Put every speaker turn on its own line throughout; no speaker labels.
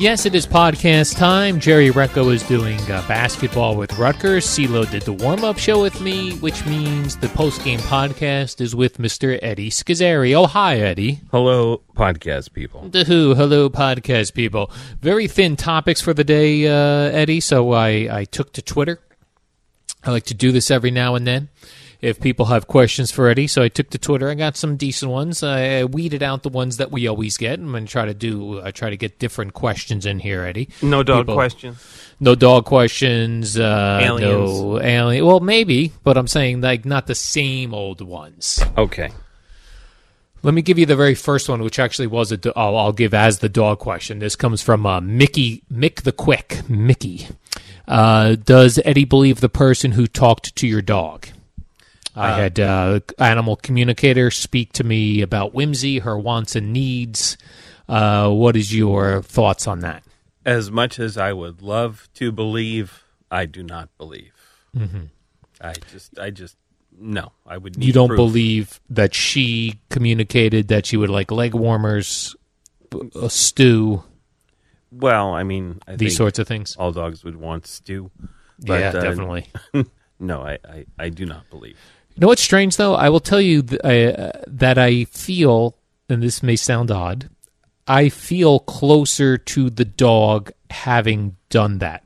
Yes, it is podcast time. Jerry Recco is doing uh, basketball with Rutgers. CeeLo did the warm up show with me, which means the post game podcast is with Mr. Eddie Schizzeri. Oh, hi, Eddie.
Hello, podcast people.
The Who. Hello, podcast people. Very thin topics for the day, uh, Eddie, so I, I took to Twitter. I like to do this every now and then if people have questions for Eddie. So I took to Twitter. I got some decent ones. I I weeded out the ones that we always get. I'm going to try to do, I try to get different questions in here, Eddie.
No dog
People-
question.
No dog questions. Uh,
Aliens.
No alien. Well, maybe, but I'm saying like not the same old ones.
Okay.
Let me give you the very first one, which actually was a. Do- I'll, I'll give as the dog question. This comes from uh, Mickey Mick the Quick. Mickey, uh, does Eddie believe the person who talked to your dog? I had uh, animal communicator speak to me about whimsy, her wants and needs. Uh, what is your thoughts on that?
As much as I would love to believe, I do not believe. Mm-hmm. I just, I just, no. I would. Need
You don't
proof.
believe that she communicated that she would like leg warmers, b- a stew,
Well, I mean, I
these
think
sorts of things.
all dogs would want stew.
yeah,
uh,
definitely.
No, I, I, I do not believe.
You know what's strange though? I will tell you th- I, uh, that I feel, and this may sound odd, I feel closer to the dog having done that.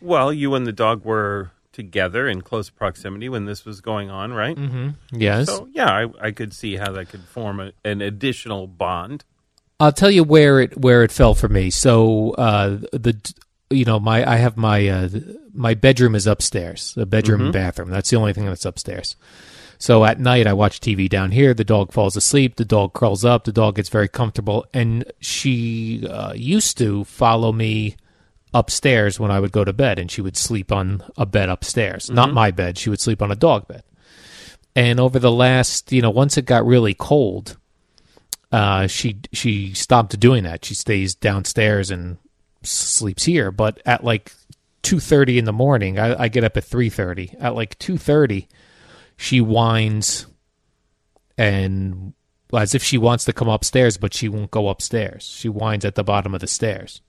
Well, you and the dog were together in close proximity when this was going on, right?
Mm-hmm. Yes,
So yeah, I, I could see how that could form a, an additional bond.
I'll tell you where it where it fell for me. So uh, the you know my I have my uh, my bedroom is upstairs, the bedroom and bathroom. That's the only thing that's upstairs. So at night, I watch TV down here. The dog falls asleep. The dog curls up. The dog gets very comfortable. And she uh, used to follow me upstairs when I would go to bed, and she would sleep on a bed upstairs, not my bed. She would sleep on a dog bed. And over the last, you know, once it got really cold, uh, she she stopped doing that. She stays downstairs and sleeps here. But at like two thirty in the morning, I, I get up at three thirty. At like two thirty, she whines and as if she wants to come upstairs, but she won't go upstairs. She whines at the bottom of the stairs.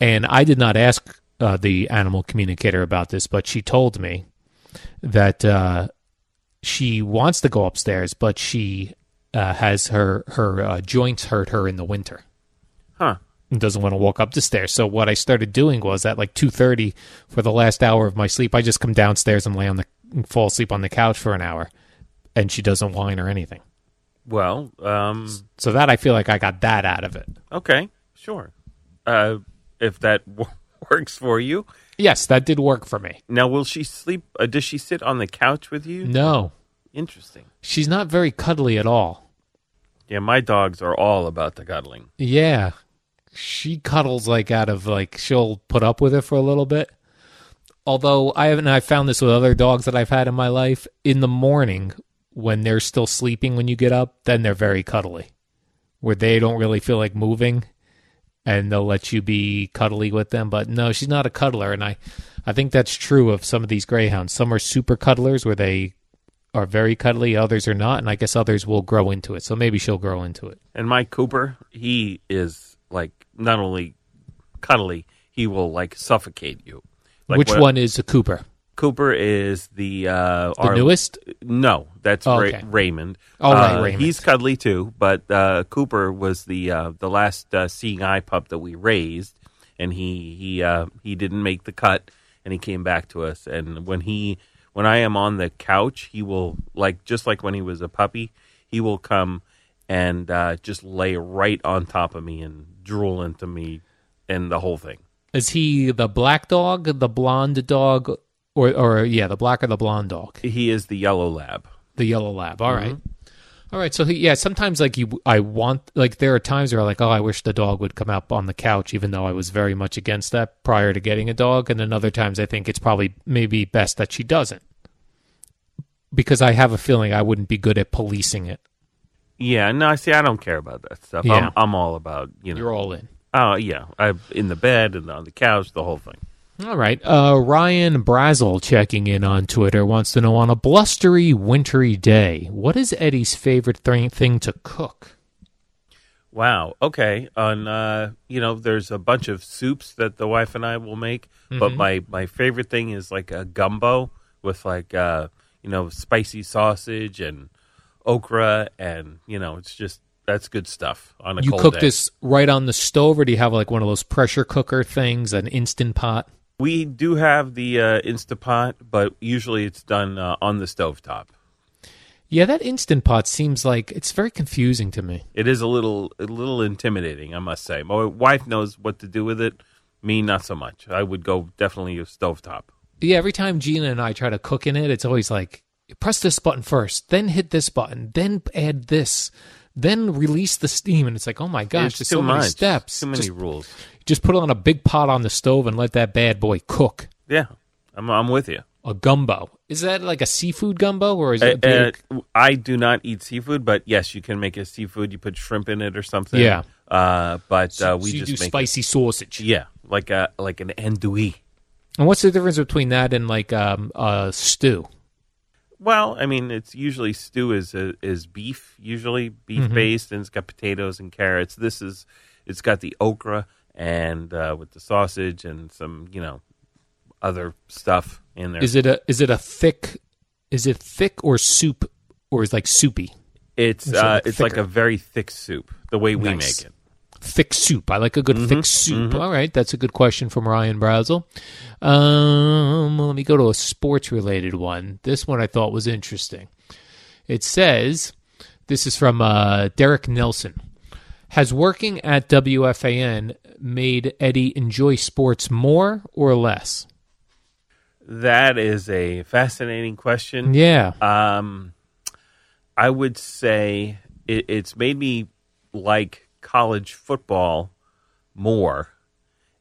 And I did not ask uh, the animal communicator about this, but she told me that uh, she wants to go upstairs, but she uh, has her her uh, joints hurt her in the winter
Huh.
and doesn't want to walk up the stairs. So what I started doing was at like 2:30 for the last hour of my sleep, I just come downstairs and lay on the fall asleep on the couch for an hour and she doesn't whine or anything.
Well, um,
So that I feel like I got that out of it.
Okay, sure. Uh, if that w- works for you.
Yes, that did work for me.
Now, will she sleep? Uh, does she sit on the couch with you?
No.
Interesting.
She's not very cuddly at all.
Yeah, my dogs are all about the cuddling.
Yeah. She cuddles like out of like she'll put up with it for a little bit. Although I haven't I found this with other dogs that I've had in my life in the morning when they're still sleeping when you get up, then they're very cuddly. Where they don't really feel like moving and they'll let you be cuddly with them, but no, she's not a cuddler and I I think that's true of some of these greyhounds. Some are super cuddlers where they are very cuddly, others are not, and I guess others will grow into it. So maybe she'll grow into it.
And my Cooper, he is like not only cuddly, he will like suffocate you. Like
Which
when-
one is a Cooper?
Cooper is the uh,
The newest?
No, that's
Oh,
Ra-
okay.
Raymond.
Oh, right,
Uh,
Raymond.
He's cuddly too, but uh, Cooper was the uh, the last uh, seeing eye pup that we raised, and he he uh, he didn't make the cut, and he came back to us. And when he when I am on the couch, he will like just like when he was a puppy, he will come and uh, just lay right on top of me and drool into me, and the whole thing.
Is he the black dog, the blonde dog, or or yeah, the black or the blonde dog,
He is the yellow lab.
the yellow lab? All right, all right. So he, yeah, sometimes like you, I want like there are times where I'm like, oh, I wish the dog would come up on the couch, even though I was very much against that prior to getting a dog. And then other times I think it's probably maybe best that she doesn't, because I have a feeling I wouldn't be good at policing it.
Yeah, no, see, I don't care about that stuff.
Yeah.
I'm, I'm all about you know.
You're all in.
Oh yeah, I'm in the bed and on the couch, the whole thing.
All right. Uh, Ryan Brazel checking in on Twitter wants to know on a blustery, wintry day, what is Eddie's favorite thing, thing to cook?
Wow. Okay. On uh, you know, there's a bunch of soups that the wife and I will make, but
Mm-hmm.
my my favorite thing is like a gumbo with like uh, you know, spicy sausage and okra and you know, it's just that's good stuff on a
You
cold
cook
day.
this right on the stove, or do you have like one of those pressure cooker things, an instant pot?
We do have the uh, Instapot, but usually it's done uh, on the stovetop.
Yeah, that instant pot seems like it's very confusing to me.
It is a little a little intimidating, I must say. My wife knows what to do with it. Me, not so much. I would go definitely a stovetop.
Yeah, every time Gina and I try to cook in it, it's always like press this button first, then hit this button, then add this, then release the steam, and it's like, oh my gosh,
It's
there's
too
so
much.
many steps,
Too many
Just
rules.
Just put it on a big pot on the stove and let that bad boy cook.
Yeah, I'm I'm with you.
A gumbo. Is that like a seafood gumbo or is
Uh,
it? a big-
uh, I do not eat seafood, but yes, you can make a seafood. You put shrimp in it or something.
Yeah.
Uh, but uh,
so
we
you
just
do
make
spicy sausage.
yeah, like a like an andouille.
And what's the difference between that and like um, a stew?
Well, I mean, it's usually stew is uh, is beef, usually beef
Mm-hmm.
based, and it's got potatoes and carrots. This is it's got the okra and uh, with the sausage and some you know other stuff in there.
Is it a is it a thick? Is it thick or soup or is like soupy?
it's
It's
uh,
like
it's like
thicker.
a very thick soup the way we
Nice.
make it.
Thick soup. I like a good thick soup. All right, that's a good question from Ryan Brazel. Um, let me go to a sports related one. This one I thought was interesting. It says, this is from uh, Derek Nelson. Has working at WFAN made Eddie enjoy sports more or less?
That is a fascinating question.
Yeah.
Um, I would say it, it's made me like college football more,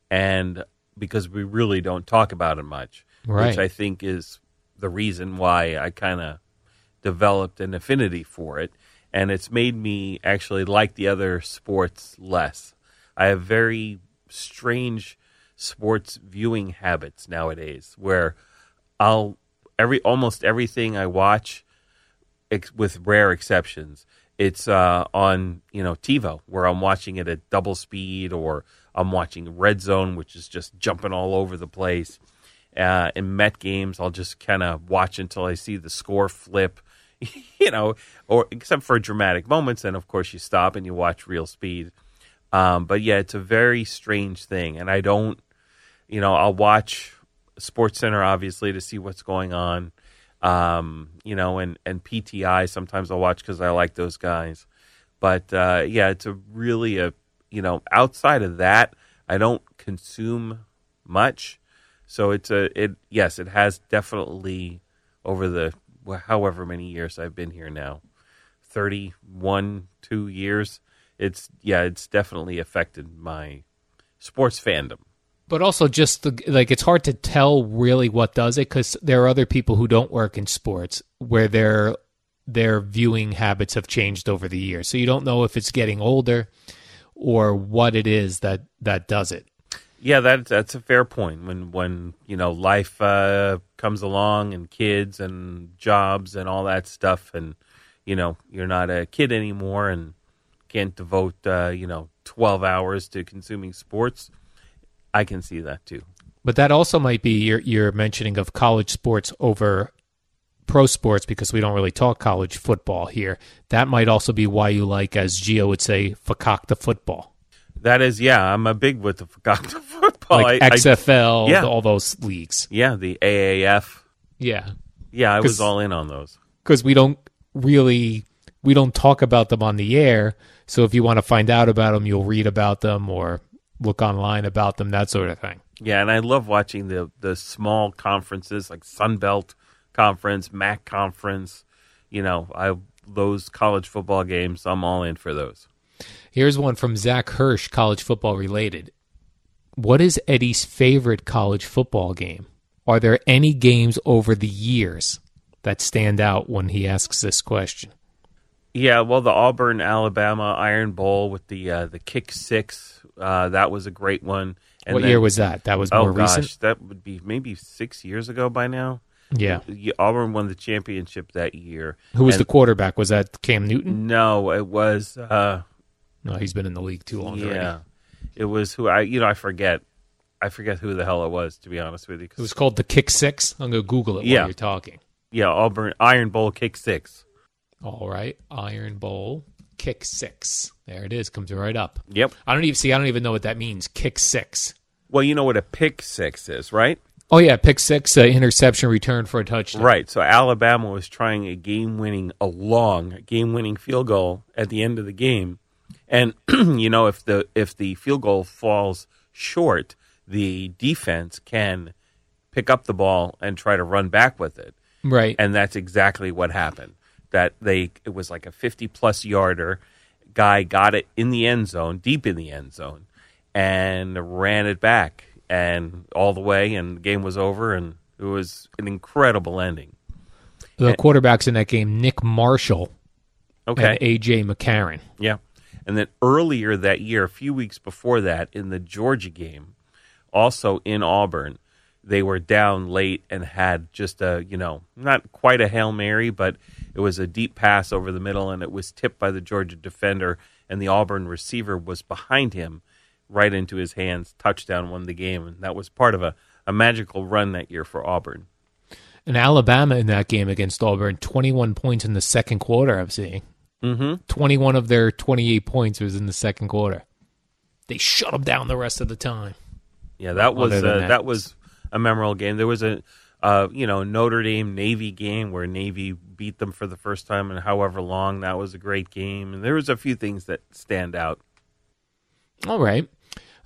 and because we really don't talk about it much,
Right.
which I think is the reason why I kind of developed an affinity for it, and it's made me actually like the other sports less. I have very strange sports viewing habits nowadays, where I'll every almost everything I watch, ex- with rare exceptions, it's uh, on you know TiVo where I'm watching it at double speed, or I'm watching Red Zone, which is just jumping all over the place. Uh, in Met games, I'll just kind of watch until I see the score flip, you know, or except for dramatic moments, then of course you stop and you watch real speed. Um, but yeah, it's a very strange thing, and I don't you know i'll watch sports center obviously to see what's going on um you know and and pti sometimes i'll watch because i like those guys but uh yeah it's a really a you know outside of that i don't consume much so it's a it yes it has definitely over the wh- however many years i've been here now 31 2 years it's yeah it's definitely affected my sports fandom
But also, just the, like it's hard to tell really what does it because there are other people who don't work in sports where their their viewing habits have changed over the years. So you don't know if it's getting older or what it is that that does it.
Yeah, that that's a fair point. When when you know life uh, comes along and kids and jobs and all that stuff, and you know you're not a kid anymore and can't devote uh, you know twelve hours to consuming sports. I can see that too.
But that also might be your your mentioning of college sports over pro sports because we don't really talk college football here. That might also be why you like, as Gio would say, fuck the football,
That is, yeah, I'm a big with the forgotten football.
like
I- I-
XFL,
yeah.
all those leagues.
yeah, the AAF.
Yeah,
Yeah, I was
'Cause-
all in on those.
because we don't really we don't talk about them on the air. So if you want to find out about them, you'll read about them or look online about them, that sort of thing.
Yeah, and I love watching the the small conferences like Sunbelt Conference, MAC Conference. You know, I those college football games. I'm all in for those.
Here's one from Zach Hirsch, college football related. What is Eddie's favorite college football game? Are there any games over the years that stand out when he asks this question?
Yeah, well, the Auburn Alabama Iron Bowl with the uh, the kick six. Uh, that was a great one.
what
then-
year was that? That was
Oh
more
gosh,
recent.
that would be maybe six years ago by now.
Yeah.
Yeah, Auburn won the championship that year.
Who was
And-
the quarterback? Was that Cam Newton?
No, it was. Uh,
No, he's been in the league too long already.
yeah, it was who I. You know, I forget. I forget who the hell it was. To be honest with you, 'cause-
It was called the Kick Six. I'm going to Google it
Yeah.
while you're talking.
yeah, Auburn Iron Bowl kick six.
All right. Iron Bowl, Kick Six. There it is. Comes right up.
Yep.
I don't even see, I don't even know what that means. Kick Six.
Well, you know what a pick six is, right?
Oh, yeah. Pick Six, uh, interception return for a touchdown.
Right. So Alabama was trying a game-winning, a long game-winning field goal at the end of the game, and you know if the if the field goal falls short, the defense can pick up the ball and try to run back with it.
Right.
and that's exactly what happened. That they it was like a fifty plus yarder. Guy got it in the end zone, deep in the end zone, and ran it back and all the way, and the game was over, and it was an incredible ending.
the quarterbacks in that game, Nick Marshall
Okay,
and A.J. McCarron.
yeah. And then earlier that year, a few weeks before that, in the Georgia game, also in Auburn, they were down late and had just a, you know, not quite a Hail Mary, but it was a deep pass over the middle and it was tipped by the Georgia defender and the Auburn receiver was behind him right into his hands. Touchdown won the game. And that was part of a, a magical run that year for Auburn.
And Alabama in that game against Auburn, 21 points in the second quarter, I'm seeing. Mm-hmm. 21 of their 28 points was in the second quarter. They shut them down the rest of the time.
Yeah, that was uh,
Other than
that.
that.
was a memorable game. There was a uh, you know Notre Dame Navy game where Navy beat them for the first time in however long. That was a great game, and there was a few things that stand out.
All right.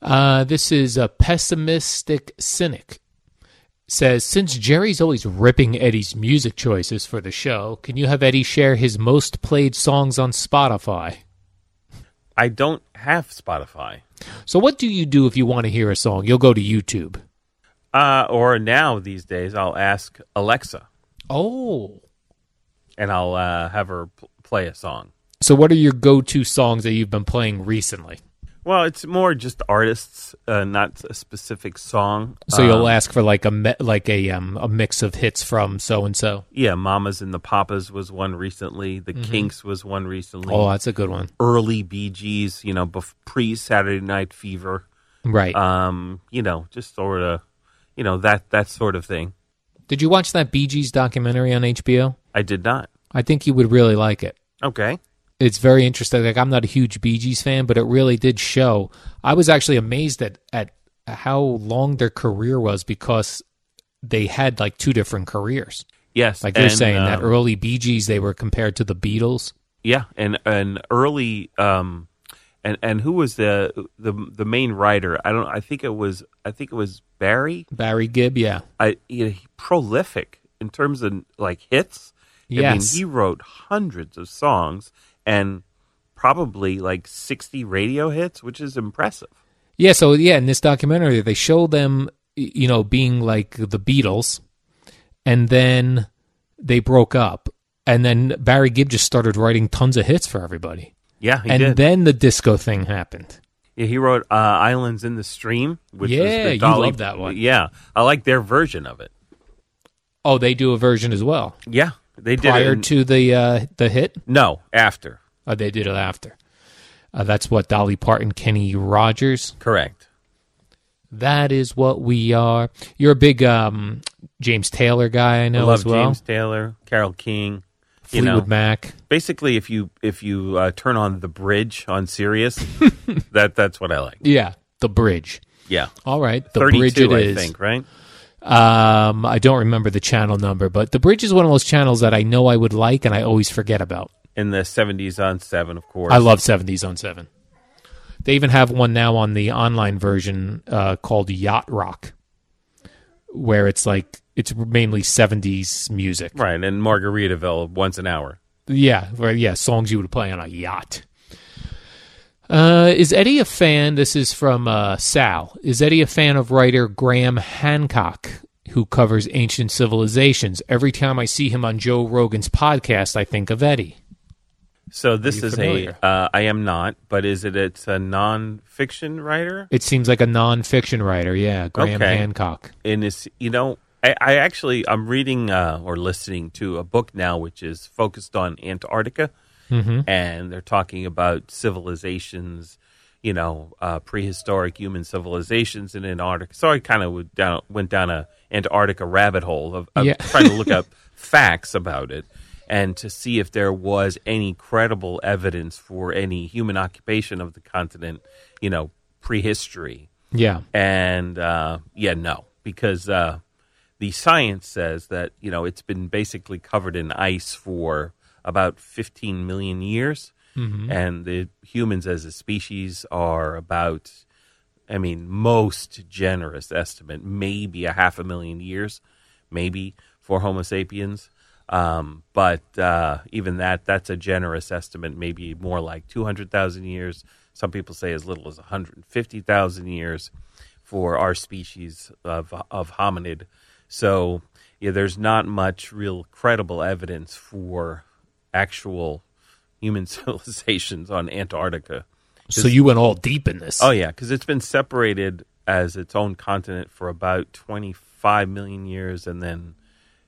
Uh, this is a pessimistic cynic. Says, since Jerry's always ripping Eddie's music choices for the show, can you have Eddie share his most played songs on Spotify?
I don't have Spotify,
So, what do you do if you want to hear a song? You'll go to YouTube.
uh, or now these days I'll ask Alexa
Oh.
and I'll uh, have her pl- play a song.
So, what are your go to songs that you've been playing recently?
Well, it's more just artists, uh, not a specific song.
So, you'll
Um,
ask for like a me- like a um, a mix of hits from so and so.
yeah, Mamas and the Papas was one recently. The Kinks was one recently.
Mm-hmm. Oh, that's a good one.
early BGs, you know, bef- pre Saturday Night Fever,
Right.
um, you know, just sort of, you know, that that sort of thing.
Did you watch that Bee Gees documentary on HBO?
I did not.
I think you would really like it.
Okay.
it's very interesting. Like I'm not a huge Bee Gees fan, but it really did show. I was actually amazed at at how long their career was because they had like two different careers.
Yes.
Like you're
and,
saying, that
um,
early Bee Gees they were compared to the Beatles.
Yeah, and and early um, and and who was the the the main writer? I don't. I think it was. I think it was Barry.
Barry Gibb, yeah,
I you know, he- prolific in terms of like hits. I mean,
Yes.
he wrote hundreds of songs and probably like sixty radio hits, which is impressive.
yeah. So yeah, in this documentary they show them, y- you know, being like the Beatles, and then they broke up, and then Barry Gibb just started writing tons of hits for everybody,
Yeah, he
and
did.
then the disco thing happened.
Yeah, he wrote uh, "Islands in the Stream," which was
Yeah,
the
you
Dolly.
love that one.
Yeah, I like their version of it.
Oh, they do a version as well.
Yeah, they did it
prior
in-
to the uh, the hit.
no after.
Oh, they did it after. Uh, that's what Dolly Parton, Kenny Rogers.
Correct.
That is what we are. You're a big um, James Taylor guy, I know
I love
as well.
James Taylor, Carol King. You
Fleetwood
know,
Mac.
basically, if you if you uh, turn on the bridge on Sirius, that that's what I like.
Yeah, The Bridge.
Yeah,
All right, The Bridge
thirty-two,
it
I
is.
think. Right?
Um, I don't remember the channel number, but The Bridge is one of those channels that I know I would like and I always forget about.
In the seventies on seven, of course.
I love 70s on 7. They even have one now on the online version uh, called Yacht Rock, where it's like, it's mainly 70s music.
right and Margaritaville once an hour.
Yeah, right, yeah, songs you would play on a yacht. Uh, is Eddie a fan? This is from uh, Sal. Is Eddie a fan of writer Graham Hancock, who covers ancient civilizations? Every time I see him on Joe Rogan's podcast, I think of Eddie.
So this
you
is
familiar?
a uh, I am not, but is it it's a non-fiction writer?
It seems like a non-fiction writer. Yeah, Graham
Okay.
Hancock.
and it's you know I, I actually I'm reading uh, or listening to a book now which is focused on Antarctica, and they're talking about civilizations, you know, uh, prehistoric human civilizations in Antarctica. So I kind of went down went down a Antarctica rabbit hole of, of
Yeah.
trying to look up facts about it. And to see if there was any credible evidence for any human occupation of the continent, you know, prehistory
Yeah,
and uh, yeah, no, because uh, the science says that you know it's been basically covered in ice for about 15 million years, and the humans as a species are about, I mean, most generous estimate, maybe a half a million years, maybe for Homo sapiens. Um, but uh, even that, that's a generous estimate, maybe more like 200,000 years. Some people say as little as 150,000 years for our species of, of hominid. So yeah, there's not much real credible evidence for actual human civilizations on Antarctica.
so you went all deep in this.
Oh yeah, because it's been separated as its own continent for about 25 million years, and then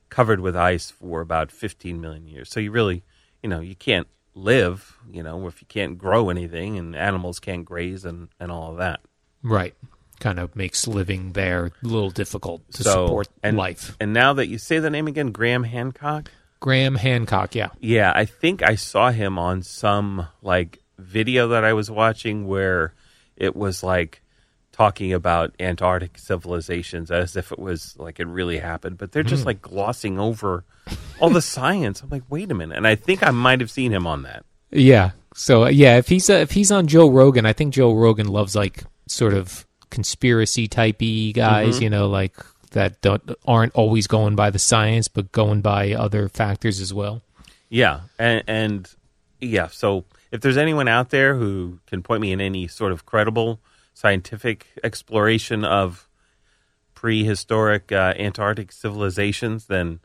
covered with ice for about 15 million years. So you really, you know, you can't live, you know, if you can't grow anything, and animals can't graze, and and all of that.
right. Kind of makes living there a little difficult to
So-
support
and,
life.
And now that you say the name again, Graham Hancock.
Graham Hancock. Yeah.
Yeah, I think I saw him on some like video that I was watching where it was like talking about Antarctic civilizations as if it was like it really happened, but they're just like glossing over all the science. I'm like, wait a minute, and I think I might have seen him on that.
Yeah. So uh, yeah, if he's uh, if he's on Joe Rogan, I think Joe Rogan loves like sort of conspiracy typey
Mm-hmm.
guys, you know, like that don't aren't always going by the science, but going by other factors as well.
Yeah, and, and yeah. So if there's anyone out there who can point me in any sort of credible scientific exploration of prehistoric uh, Antarctic civilizations, then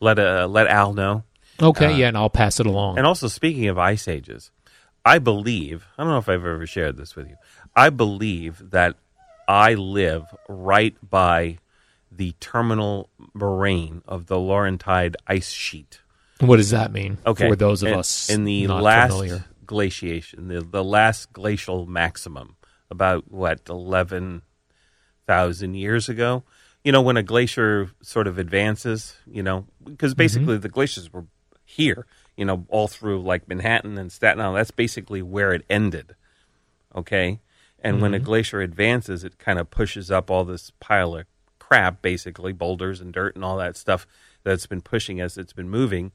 let uh, let Al know.
Okay, yeah, and I'll pass it along.
Uh, And also, speaking of ice ages, I believe I don't know if I've ever shared this with you. I believe that I live right by the terminal moraine of the Laurentide ice sheet
what does that mean
okay.
for those of
in,
us
in the
not
last
familiar?
glaciation, the, the last glacial maximum, about what eleven thousand years ago. You know, when a glacier sort of advances, you know,
Mm-hmm.
because basically the glaciers were here, you know, all through like Manhattan and Staten Island. That's basically where it ended. Okay. And when a
Mm-hmm.
glacier advances, it kind of pushes up all this pile of crap, basically boulders and dirt and all that stuff that's been pushing as it's been moving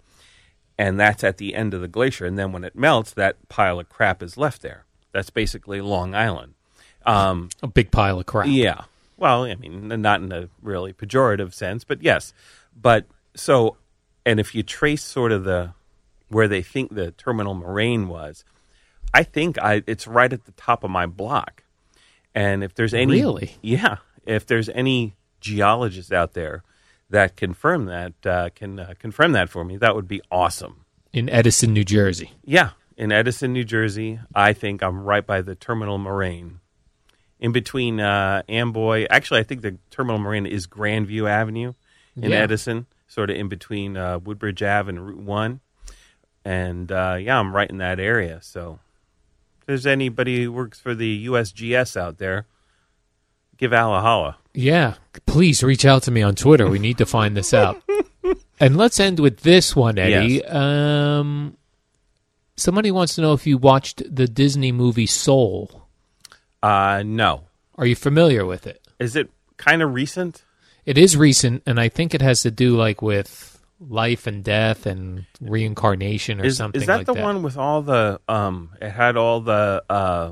and that's at the end of the glacier. And then when it melts, that pile of crap is left there. That's basically Long Island. Um,
A big pile of crap.
yeah. Well, I mean, n- not in a really pejorative sense, but yes. But so, and if you trace sort of the where they think the terminal moraine was, I think I it's right at the top of my block. And if there's any
Really?
yeah, if there's any geologists out there that confirm that uh, can uh, confirm that for me, that would be awesome.
In Edison, New Jersey.
Yeah, in Edison, New Jersey. I think I'm right by the Terminal Moraine. In between uh, Amboy, actually, I think the Terminal Moraine is Grandview Avenue in
Yeah.
Edison, sort of in between uh, Woodbridge Ave and Route 1. And uh, yeah, I'm right in that area. So if there's anybody who works for the USGS out there, Give Al a holla.
Yeah, please reach out to me on Twitter. We need to find this out. and let's end with this one, Eddie.
Yes.
Um, somebody wants to know if you watched the Disney movie Soul.
Uh, no.
Are you familiar with it?
Is it kind of recent?
It is recent, and I think it has to do like with life and death and reincarnation or
Is,
something.
is that
like
the
that.
one with all the um? It had all the uh,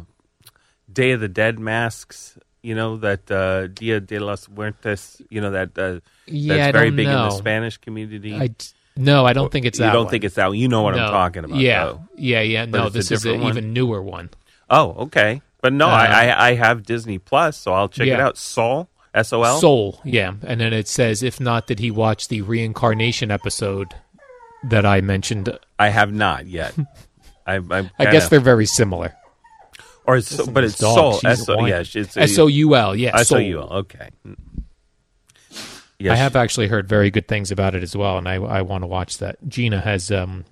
Day of the Dead masks. You know that uh, Dia de los Muertos. You know that uh,
Yeah,
that's
I
very
don't
big in the
know.
Spanish community.
I d- no, I don't think it's
you
that.
don't
one.
think it's that? one. You know what
No.
I'm talking about?
Yeah,
though.
yeah, yeah. No,
it's a
this is
different
an
one.
even newer one.
Oh, okay. But no, I, I I have Disney Plus, so I'll check it
Uh, Yeah.
out. Sol S O L.
Soul, yeah. And then it says, if not, did he watch the reincarnation episode that I mentioned?
I have not yet. I, I'm
I
kinda-
guess they're very similar.
or it's, but it's
Dog,
Sol
she's
S O
whining.
yeah it's
S-O-U-L, yeah.
S O
Soul.
U L okay. Yes,
I have actually heard very good things about it as well, and I, I want to watch that. Gina has um,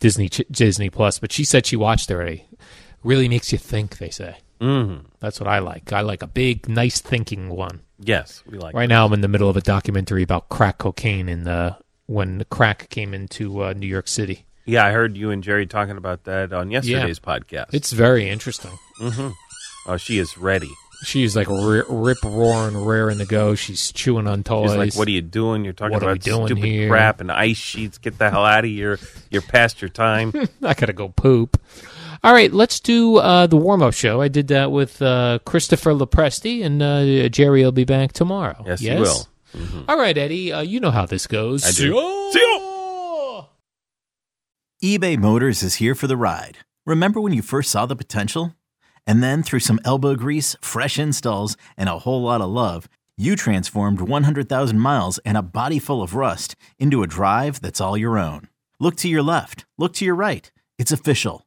Disney Ch- Disney Plus, but she said she watched it already. Really makes you think, they say. Mm.
Mm-hmm.
That's what I like. I like a big, nice thinking one.
yes, we like
Right now, I'm in the middle of a documentary about crack cocaine in the when crack came into uh, New York City.
Yeah, I heard you and Jerry talking about that on yesterday's podcast.
It's very interesting.
oh, she is ready.
She's like ri rip roaring, raring to go. She's chewing on toys.
She's like, "What are you doing? You're talking
What are
about
we doing
stupid
here?"
crap and ice sheets. Get the hell out of here. You're past your time."
I gotta go poop. All right, let's do uh, the warm up show. I did that with uh, Christopher Lepresti, and uh, Jerry will be back tomorrow.
Yes, he will. Mm-hmm.
All right, Eddie, uh, you know how this goes.
I do. See
ya!
eBay Motors is here for the ride. Remember when you first saw the potential? And then through some elbow grease, fresh installs, and a whole lot of love, you transformed 100,000 miles and a body full of rust into a drive that's all your own. Look to your left, look to your right. It's official.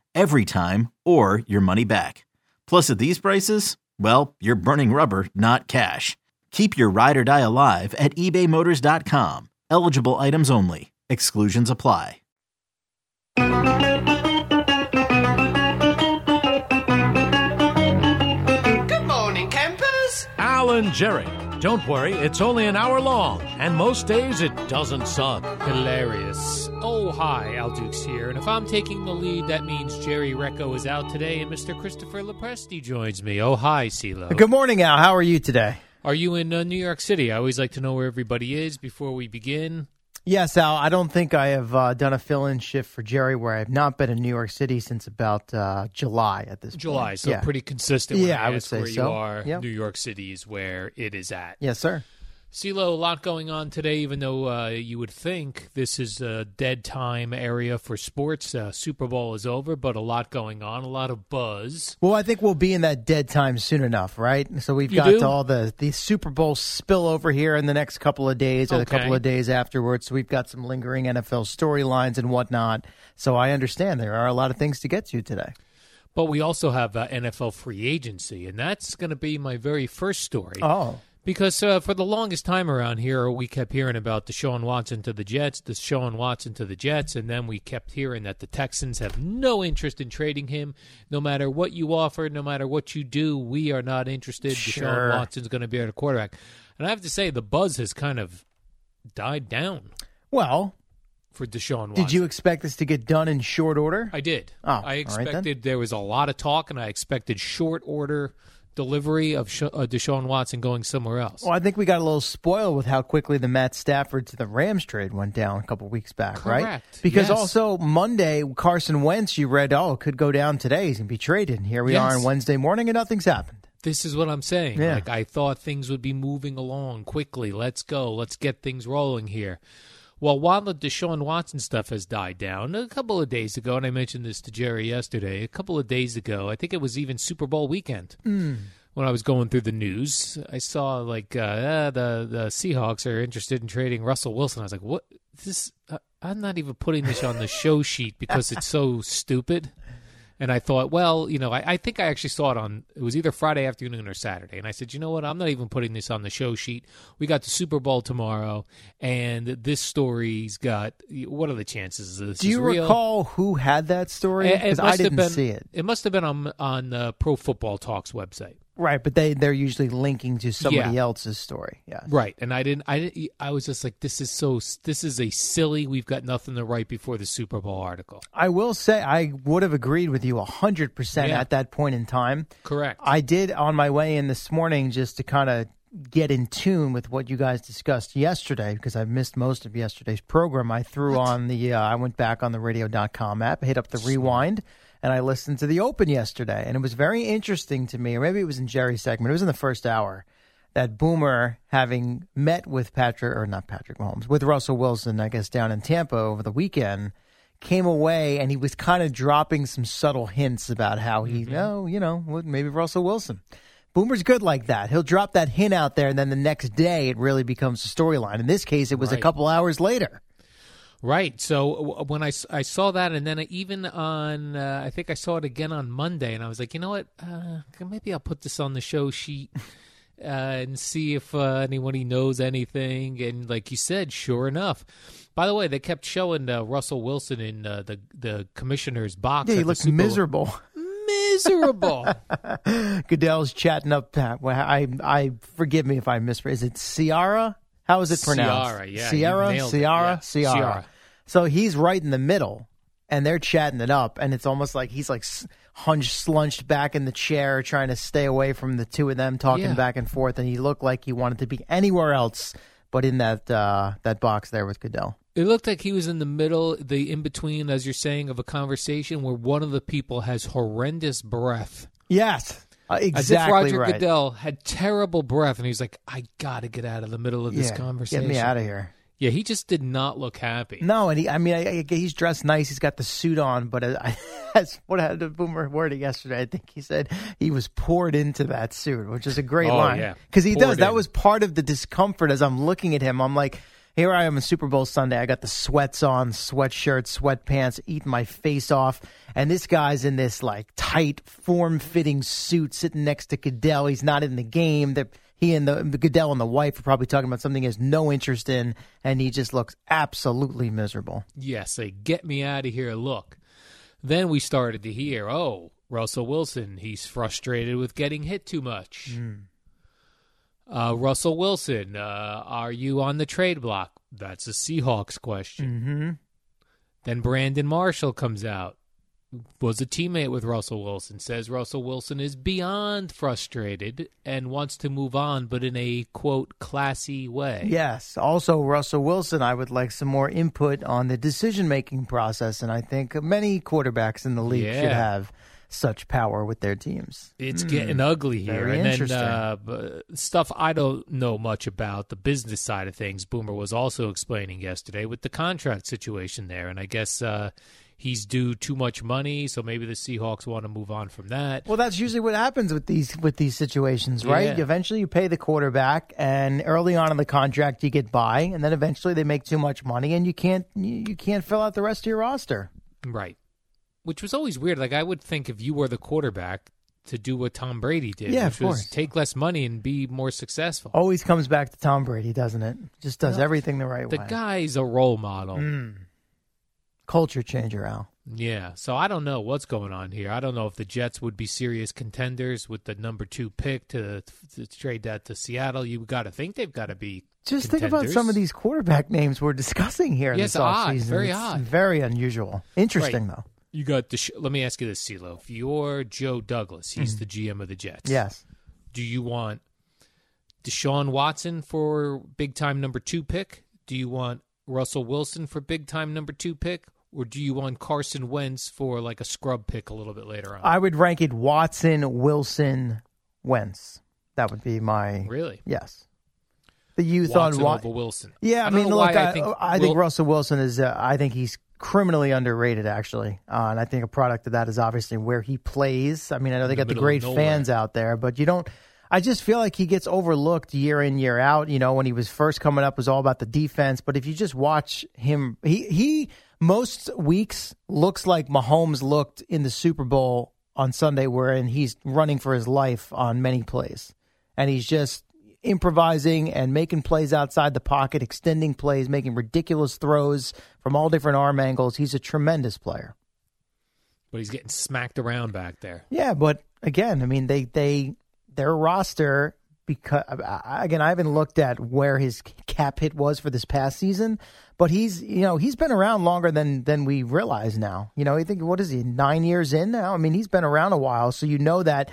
every time, or your money back. Plus, at these prices, well, you're burning rubber, not cash. Keep your ride or die alive at ebaymotors.com. Eligible items only. Exclusions apply.
Good morning, campers.
Al and Jerry. Don't worry, it's only an hour long, and most days it doesn't suck.
Hilarious. Oh, hi, Al Dukes here. And if I'm taking the lead, that means Jerry Recco is out today and Mr. Christopher Lepresti joins me. Oh, hi, CeeLo.
Good morning, Al. How are you today?
Are you in uh, New York City? I always like to know where everybody is before we begin.
Yes, Al. I don't think I have uh, done a fill-in shift for Jerry where I've not been in New York City since about uh, July at this
July,
point.
so
yeah.
pretty consistent. When
Yeah,
I,
I would
ask
say
where you
so.
are.
Yep.
New York City is where it is at.
Yes, sir.
CeeLo, a lot going on today, even though uh, you would think this is a dead time area for sports. Uh, Super Bowl is over, but a lot going on, a lot of buzz.
Well, I think we'll be in that dead time soon enough, right? So we've
You
got
do?
all the the Super Bowl spill over here in the next couple of days or the
Okay.
couple of days afterwards. So we've got some lingering NFL storylines and whatnot. So I understand there are a lot of things to get to today.
But we also have uh, NFL free agency, and that's going to be my very first story.
Oh,
Because uh, for the longest time around here, we kept hearing about Deshaun Watson to the Jets, Deshaun Watson to the Jets, and then we kept hearing that the Texans have no interest in trading him. No matter what you offer, no matter what you do, we are not interested.
Sure.
Deshaun Watson's going to be our quarterback. And I have to say, the buzz has kind of died down
well,
for Deshaun Watson.
did you expect this to get done in short order?
I did.
Oh, all
I
right then.
expected there was a lot of talk, and I expected short order delivery of Sh- uh, Deshaun Watson going somewhere else.
Well, I think we got a little spoiled with how quickly the Matt Stafford to the Rams trade went down a couple weeks back, right?
Correct.
Because
Yes.
also Monday, Carson Wentz, you read, oh, could go down today. He's going to be traded. And here we are
Yes.
on Wednesday morning and nothing's happened.
This is what I'm saying.
Yeah.
Like I thought things would be moving along quickly. Let's go. Let's get things rolling here. Well, while the Deshaun Watson stuff has died down, a couple of days ago, and I mentioned this to Jerry yesterday, a couple of days ago, I think it was even Super Bowl weekend. when I was going through the news, I saw like uh, uh, the the Seahawks are interested in trading Russell Wilson. I was like, what? This uh, I'm not even putting this on the show sheet because it's so stupid. And I thought, well, you know, I, I think I actually saw it on it was either Friday afternoon or Saturday. And I said, you know what? I'm not even putting this on the show sheet. We got the Super Bowl tomorrow, and this story's got what are the chances of this?
Do
is
you
real?
recall who had that story?
It- it
Because I
must have
didn't
been-
see it.
It must have been on on uh, Pro Football Talks website.
Right, but they they're usually linking to somebody
Yeah.
else's story. Yeah.
Right, and I didn't. I didn't. I was just like, this is so. This is a silly. We've got nothing to write before the Super Bowl article.
I will say I would have agreed with you 100%
Yeah.
at that point in time.
Correct.
I did on my way in this morning just to kind of get in tune with what you guys discussed yesterday because I missed most of yesterday's program. I threw on the, uh, I went back on the radio.com app, hit up the rewind, and I listened to the open yesterday. And it was very interesting to me, or maybe it was in Jerry's segment, it was in the first hour. That Boomer having met with Patrick, or not Patrick Mahomes, with Russell Wilson, I guess, down in Tampa over the weekend, came away and he was kind of dropping some subtle hints about how he,
Mm-hmm.
oh, you know, well, maybe Russell Wilson. Boomer's good like that. He'll drop that hint out there, and then the next day it really becomes a storyline. In this case, it was a
Right.
couple hours later.
Right. So w- when I, s- I saw that, and then even on, uh, I think I saw it again on Monday, and I was like, you know what? Uh, maybe I'll put this on the show sheet uh, and see if uh, anyone he knows anything. And like you said, sure enough. By the way, they kept showing uh, Russell Wilson in uh, the the commissioner's box.
Yeah,
at
he
the
looks
Super Bowl.
miserable.
Miserable.
Goodell's chatting up. Pat. Well, I, I forgive me if I mispronounced. Is it Ciara? How is it pronounced?
Ciara, yeah, you
Sierra,
nailed it.
Ciara,
Yeah,
Ciara.
Ciara.
So he's right in the middle, and they're chatting it up, and it's almost like he's like s- hunched, slunched back in the chair, trying to stay away from the two of them talking
Yeah.
back and forth, and he looked like he wanted to be anywhere else but in that uh, that box there with Goodell.
It looked like he was in the middle, the in between, as you're saying, of a conversation where one of the people has horrendous breath.
Yes, uh,
As
exactly
if Roger
right.
Goodell had terrible breath, and he's like, "I gotta get out of the middle of
yeah,
this conversation."
Get me out of here.
Yeah, he just did not look happy.
No, and he, I mean, I, I, he's dressed nice. He's got the suit on, but uh, I, I, that's what I, the boomer worded yesterday. I think he said he was poured into that suit, which is a great
Oh,
line
yeah.
because he does.
Poured
That
in.
was part of the discomfort as I'm looking at him. I'm like, here I am on Super Bowl Sunday. I got the sweats on, sweatshirt, sweatpants, eating my face off, and this guy's in this like tight, form-fitting suit, sitting next to Goodell. He's not in the game. That he and the Goodell and the wife are probably talking about something he has no interest in, and he just looks absolutely miserable.
Yes, a get me out of here look. Then we started to hear, oh, Russell Wilson, he's frustrated with getting hit too much. Uh, Russell Wilson, uh, are you on the trade block? That's a Seahawks question.
Mm-hmm.
Then Brandon Marshall comes out, was a teammate with Russell Wilson, says Russell Wilson is beyond frustrated and wants to move on, but in a quote classy way.
Yes. Also, Russell Wilson, I would like some more input on the decision making process. And I think many quarterbacks in the league should
Yeah.
have such power with their teams.
It's getting ugly here.
Hmm. very
and
interesting.
then uh, b- stuff I don't know much about the business side of things. Boomer was also explaining yesterday with the contract situation there, and I guess uh, he's due too much money, so maybe the Seahawks want to move on from that.
Well, that's usually what happens with these with these situations, right?
Yeah.
Eventually, you pay the quarterback, and early on in the contract, you get by, and then eventually they make too much money, and you can't you you can't fill out the rest of your roster.
Right. Which was always weird. Like I would think if you were the quarterback to do what Tom Brady did,
Yeah,
which
of course. Oh,
was take less money and be more successful.
Always comes back to Tom Brady, doesn't it? Just does everything the right
the
way.
guy's a role model.
Culture changer, Al.
Yeah. So I don't know what's going on here. I don't know if the Jets would be serious contenders with the number two pick to, to trade that to Seattle. You got to think they've got to be.
Just think about
contenders.
some of these quarterback names we're discussing here
Yes,
this
odd,
offseason.
very
It's
odd.
Very unusual. Interesting, though.
You got the. Sh- Let me ask you this, CeeLo. If you're Joe Douglas,
Hmm.
he's the GM of the Jets.
Yes.
Do you want Deshaun Watson for big time number two pick? Do you want Russell Wilson for big time number two pick? Or do you want Carson Wentz for like a scrub pick a little bit later on?
I would rank it Watson, Wilson, Wentz. That would be my.
really?
Yes. The youth
Watson
on Wa-
over Wilson.
Yeah, I,
don't
mean,
know
look,
why
I, I think,
Wil-
Russell Wilson is. Uh, I think he's criminally underrated, actually. Uh, and I think a product of that is obviously where he plays. I mean, I know they got the
middle of
great
nowhere.
fans out there, but you don't. I just feel like he gets overlooked year in year out. You know, when he was first coming up, it was all about the defense. But if you just watch him, he he most weeks looks like Mahomes looked in the Super Bowl on Sunday, wherein he's running for his life on many plays, and he's just improvising and making plays outside the pocket, extending plays, making ridiculous throws from all different arm angles. He's a tremendous player.
But he's getting smacked around back there.
Yeah, but again, I mean, they they their roster because again, I haven't looked at where his cap hit was for this past season, but he's you know he's been around longer than than we realize now. You know, I think what is he nine years in now? I mean, he's been around a while, so you know that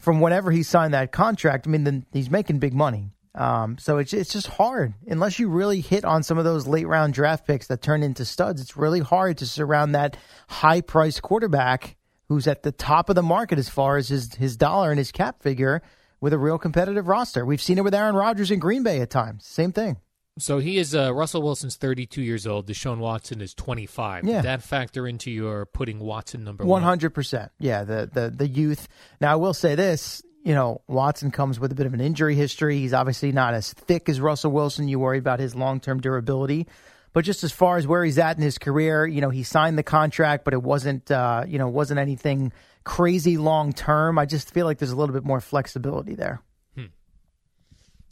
from whenever he signed that contract. I mean, then he's making big money. Um, so it's it's just hard unless you really hit on some of those late round draft picks that turn into studs. It's really hard to surround that high priced quarterback who's at the top of the market as far as his his dollar and his cap figure with a real competitive roster. We've seen it with Aaron Rodgers in Green Bay at times. Same thing.
So he is uh, Russell Wilson's 32 years old. Deshaun Watson is 25.
Yeah.
Did that factor into your putting Watson number
One
one?
hundred percent. Yeah, the, the the youth. Now I will say this. You know, Watson comes with a bit of an injury history. He's obviously not as thick as Russell Wilson. You worry about his long term durability. But just as far as where he's at in his career, you know, he signed the contract, but it wasn't, uh, you know, wasn't anything crazy long term. I just feel like there's a little bit more flexibility there.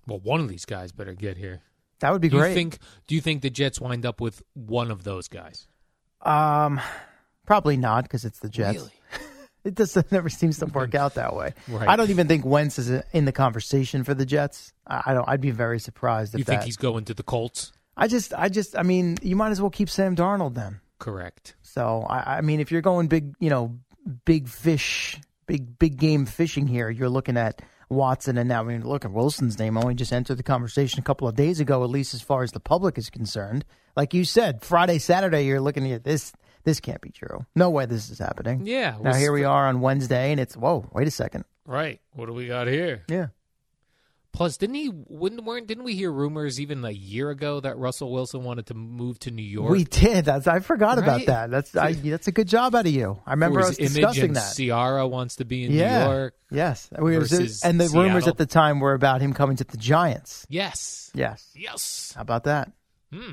Well, one of these guys better get here.
That would be
Do
great.
you think? Do you think the Jets wind up with one of those guys?
Um, probably not because it's the Jets. It just it never seems to work out that way.
Right.
I don't even think Wentz is in the conversation for the Jets. I, I don't. I'd be very surprised if
You think
that-
he's going to the Colts?
I just, I just, I mean, you might as well keep Sam Darnold then.
Correct.
So I, I mean, if you're going big, you know, big fish, big big game fishing here, you're looking at Watson, and now I mean, look at Wilson's name. Only just entered the conversation a couple of days ago, at least as far as the public is concerned. Like you said, Friday, Saturday, you're looking at this. This can't be true. No way this is happening.
Yeah,
Now
was-
here we are on Wednesday, and it's whoa, wait a second.
Right. What do we got here?
Yeah.
Plus, didn't he? Wouldn't weren't, didn't we hear rumors even a year ago that Russell Wilson wanted to move to New York?
We did. That's I forgot about
Right.
that. That's I, that's a good job out of you. I remember
Or his
us
image
discussing
and
that.
Ciara wants to be in
yeah.
New York.
Yes. We were-
versus
and the rumors
Seattle.
at the time were about him coming to the Giants.
Yes.
Yes.
Yes.
How about that?
Hmm.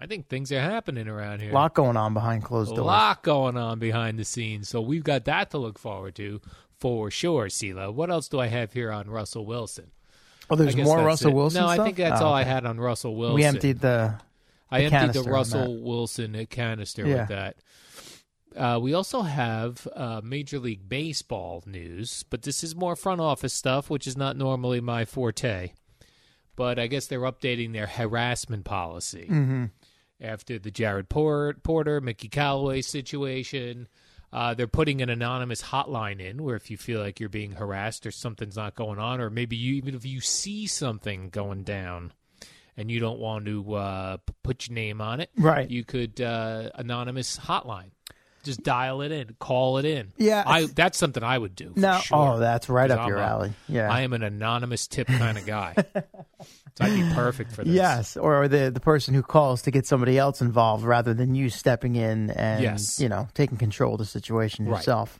I think things are happening around here.
A lot going on behind closed
a
doors.
lot going on behind the scenes. So we've got that to look forward to for sure, Sela. What else do I have here on Russell Wilson?
Oh,
I
there's
guess
more
that's
Russell
it.
Wilson
No, I
stuff?
think that's
Oh,
all I
okay.
had on Russell Wilson.
We emptied the.
I
the
emptied
canister
the
on
Russell Wilson uh, canister
Yeah.
with that. Uh, we also have uh, Major League Baseball news, but this is more front office stuff, which is not normally my forte. But I guess they're updating their harassment policy
Mm-hmm.
after the Jared Por- Porter, Mickey Callaway situation. Uh, they're putting an anonymous hotline in where if you feel like you're being harassed or something's not going on, or maybe you even if you see something going down and you don't want to uh, p- put your name on it,
Right.
You could uh, anonymous hotline, just dial it in, call it in.
Yeah.
I, that's something I would do. for
No.
sure.
Oh, that's right
'Cause
up
I'm
your
a-
alley. Yeah.
I am an anonymous tip kind of guy, so I'd be perfect for this.
Yes, or the the person who calls to get somebody else involved rather than you stepping in and
Yes.
you know taking control of the situation
Right.
yourself.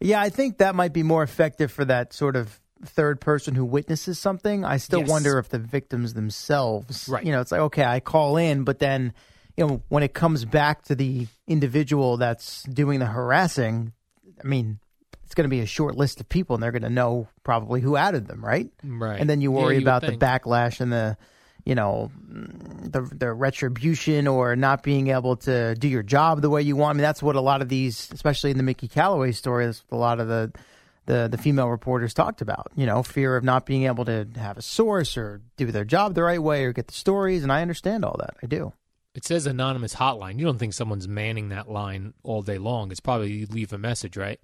Yeah, I think that might be more effective for that sort of third person who witnesses something. I still
Yes.
wonder if the victims themselves,
Right.
you know, it's like okay, I call in, but then you know when it comes back to the individual that's doing the harassing, I mean. It's going to be a short list of people, and they're going to know probably who outed them, right?
Right.
And then you
Yeah,
worry
you would
about the
think.
backlash and the, you know, mm, the, the retribution or not being able to do your job the way you want. I mean, that's what a lot of these, especially in the Mickey Callaway story, that's what a lot of the, the, the female reporters talked about, you know, fear of not being able to have a source or do their job the right way or get the stories. And I understand all that. I do.
It says anonymous hotline. You don't think someone's manning that line all day long? It's probably you leave a message, right?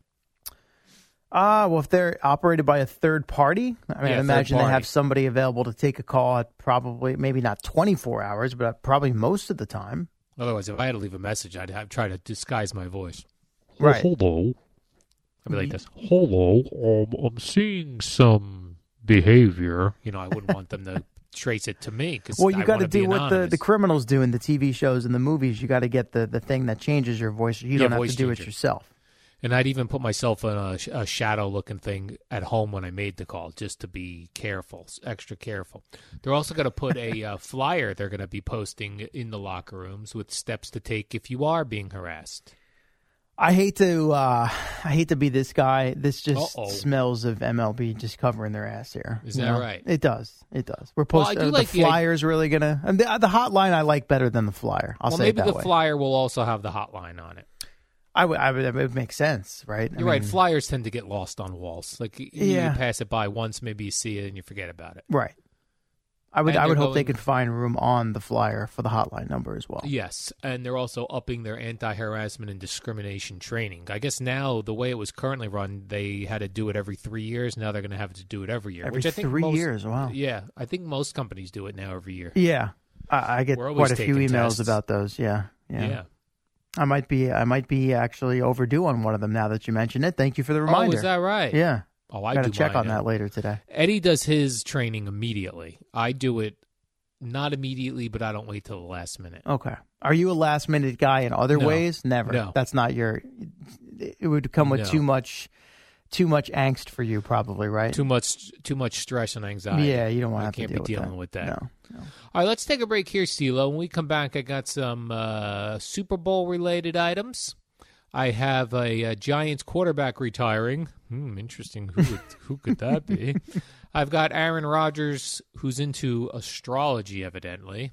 Ah, well, if they're operated by a third party, I mean,
Yeah,
I imagine
third
they
party.
have somebody available to take a call at probably, maybe not 24 hours, but probably most of the time.
Otherwise, if I had to leave a message, I'd have, try to disguise my voice.
Right.
Hello. I'd
Mm-hmm.
be like this. Hello. Um, I'm seeing some behavior. You know, I wouldn't want them to trace it to me because
Well, you
got to
do what the, the
crew.
criminals do in the TV shows and the movies. You got to get the, the thing that changes your voice. You don't have
voice
to do
changer.
it yourself.
and I'd even put myself in a, sh- a shadow looking thing at home when I made the call just to be careful, s- extra careful. They're also going to put a uh, flyer they're going to be posting in the locker rooms with steps to take if you are being harassed.
I hate to uh, I hate to be this guy. This just
Uh-oh.
smells of MLB just covering their ass here.
Is
you
that
know?
right?
It does. It does. We're
Well, I
posting
do like
the
the idea-
flyers. really gonna and the, the hotline. I like better than the flyer. I'll
well,
say
maybe
it that
the
way.
flyer will also have the hotline on it.
I would. I would. It would make sense, right? I
You're right.
mean,
Flyers tend to get lost on walls. Like y- you
Yeah.
pass it by once, maybe you see it and you forget about it.
Right. I would.
And
I would
they're
hope they
going-
could find room on the flyer for the hotline number as well.
Yes, and they're also upping their anti-harassment and discrimination training. I guess now the way it was currently run, they had to do it every three years. Now they're going to have to do it every year.
Every
which I think
three
most-
years. Wow.
Yeah, I think most companies do it now every year.
Yeah. I, I get
We're always
quite a few
taking
emails
tests.
about those. Yeah. Yeah. I might be. I might be actually overdue on one of them now that you mention it. Thank you for the
Oh,
reminder.
is that right?
Yeah.
Oh, I
gotta
do
check
mine
on
now.
that later today.
Eddie does his training immediately. I do it not immediately, but I don't wait till the last minute.
Okay. Are you a last minute guy in other
No.
ways? Never.
No.
That's not your. It would come with
No.
too much, too much angst for you, probably. Right.
Too much, too much stress and anxiety.
yeah. You don't want
I
to
can't
have to
be
deal
dealing
with
with that.
No.
All right, let's take a break here, CeeLo. When we come back, I got some uh, Super Bowl related items. I have a, uh Giants quarterback retiring. Hmm, interesting. Who would, who could that be? I've got Aaron Rodgers, who's into astrology, evidently.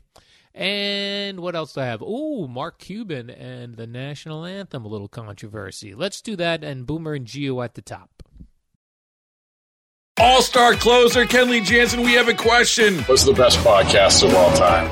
And what else do I have? Ooh, Mark Cuban and the national anthem. A little controversy. Let's do that. And Boomer and Geo at the top.
All star closer Kenley Jansen, we have a question.
What's the best podcast of all time?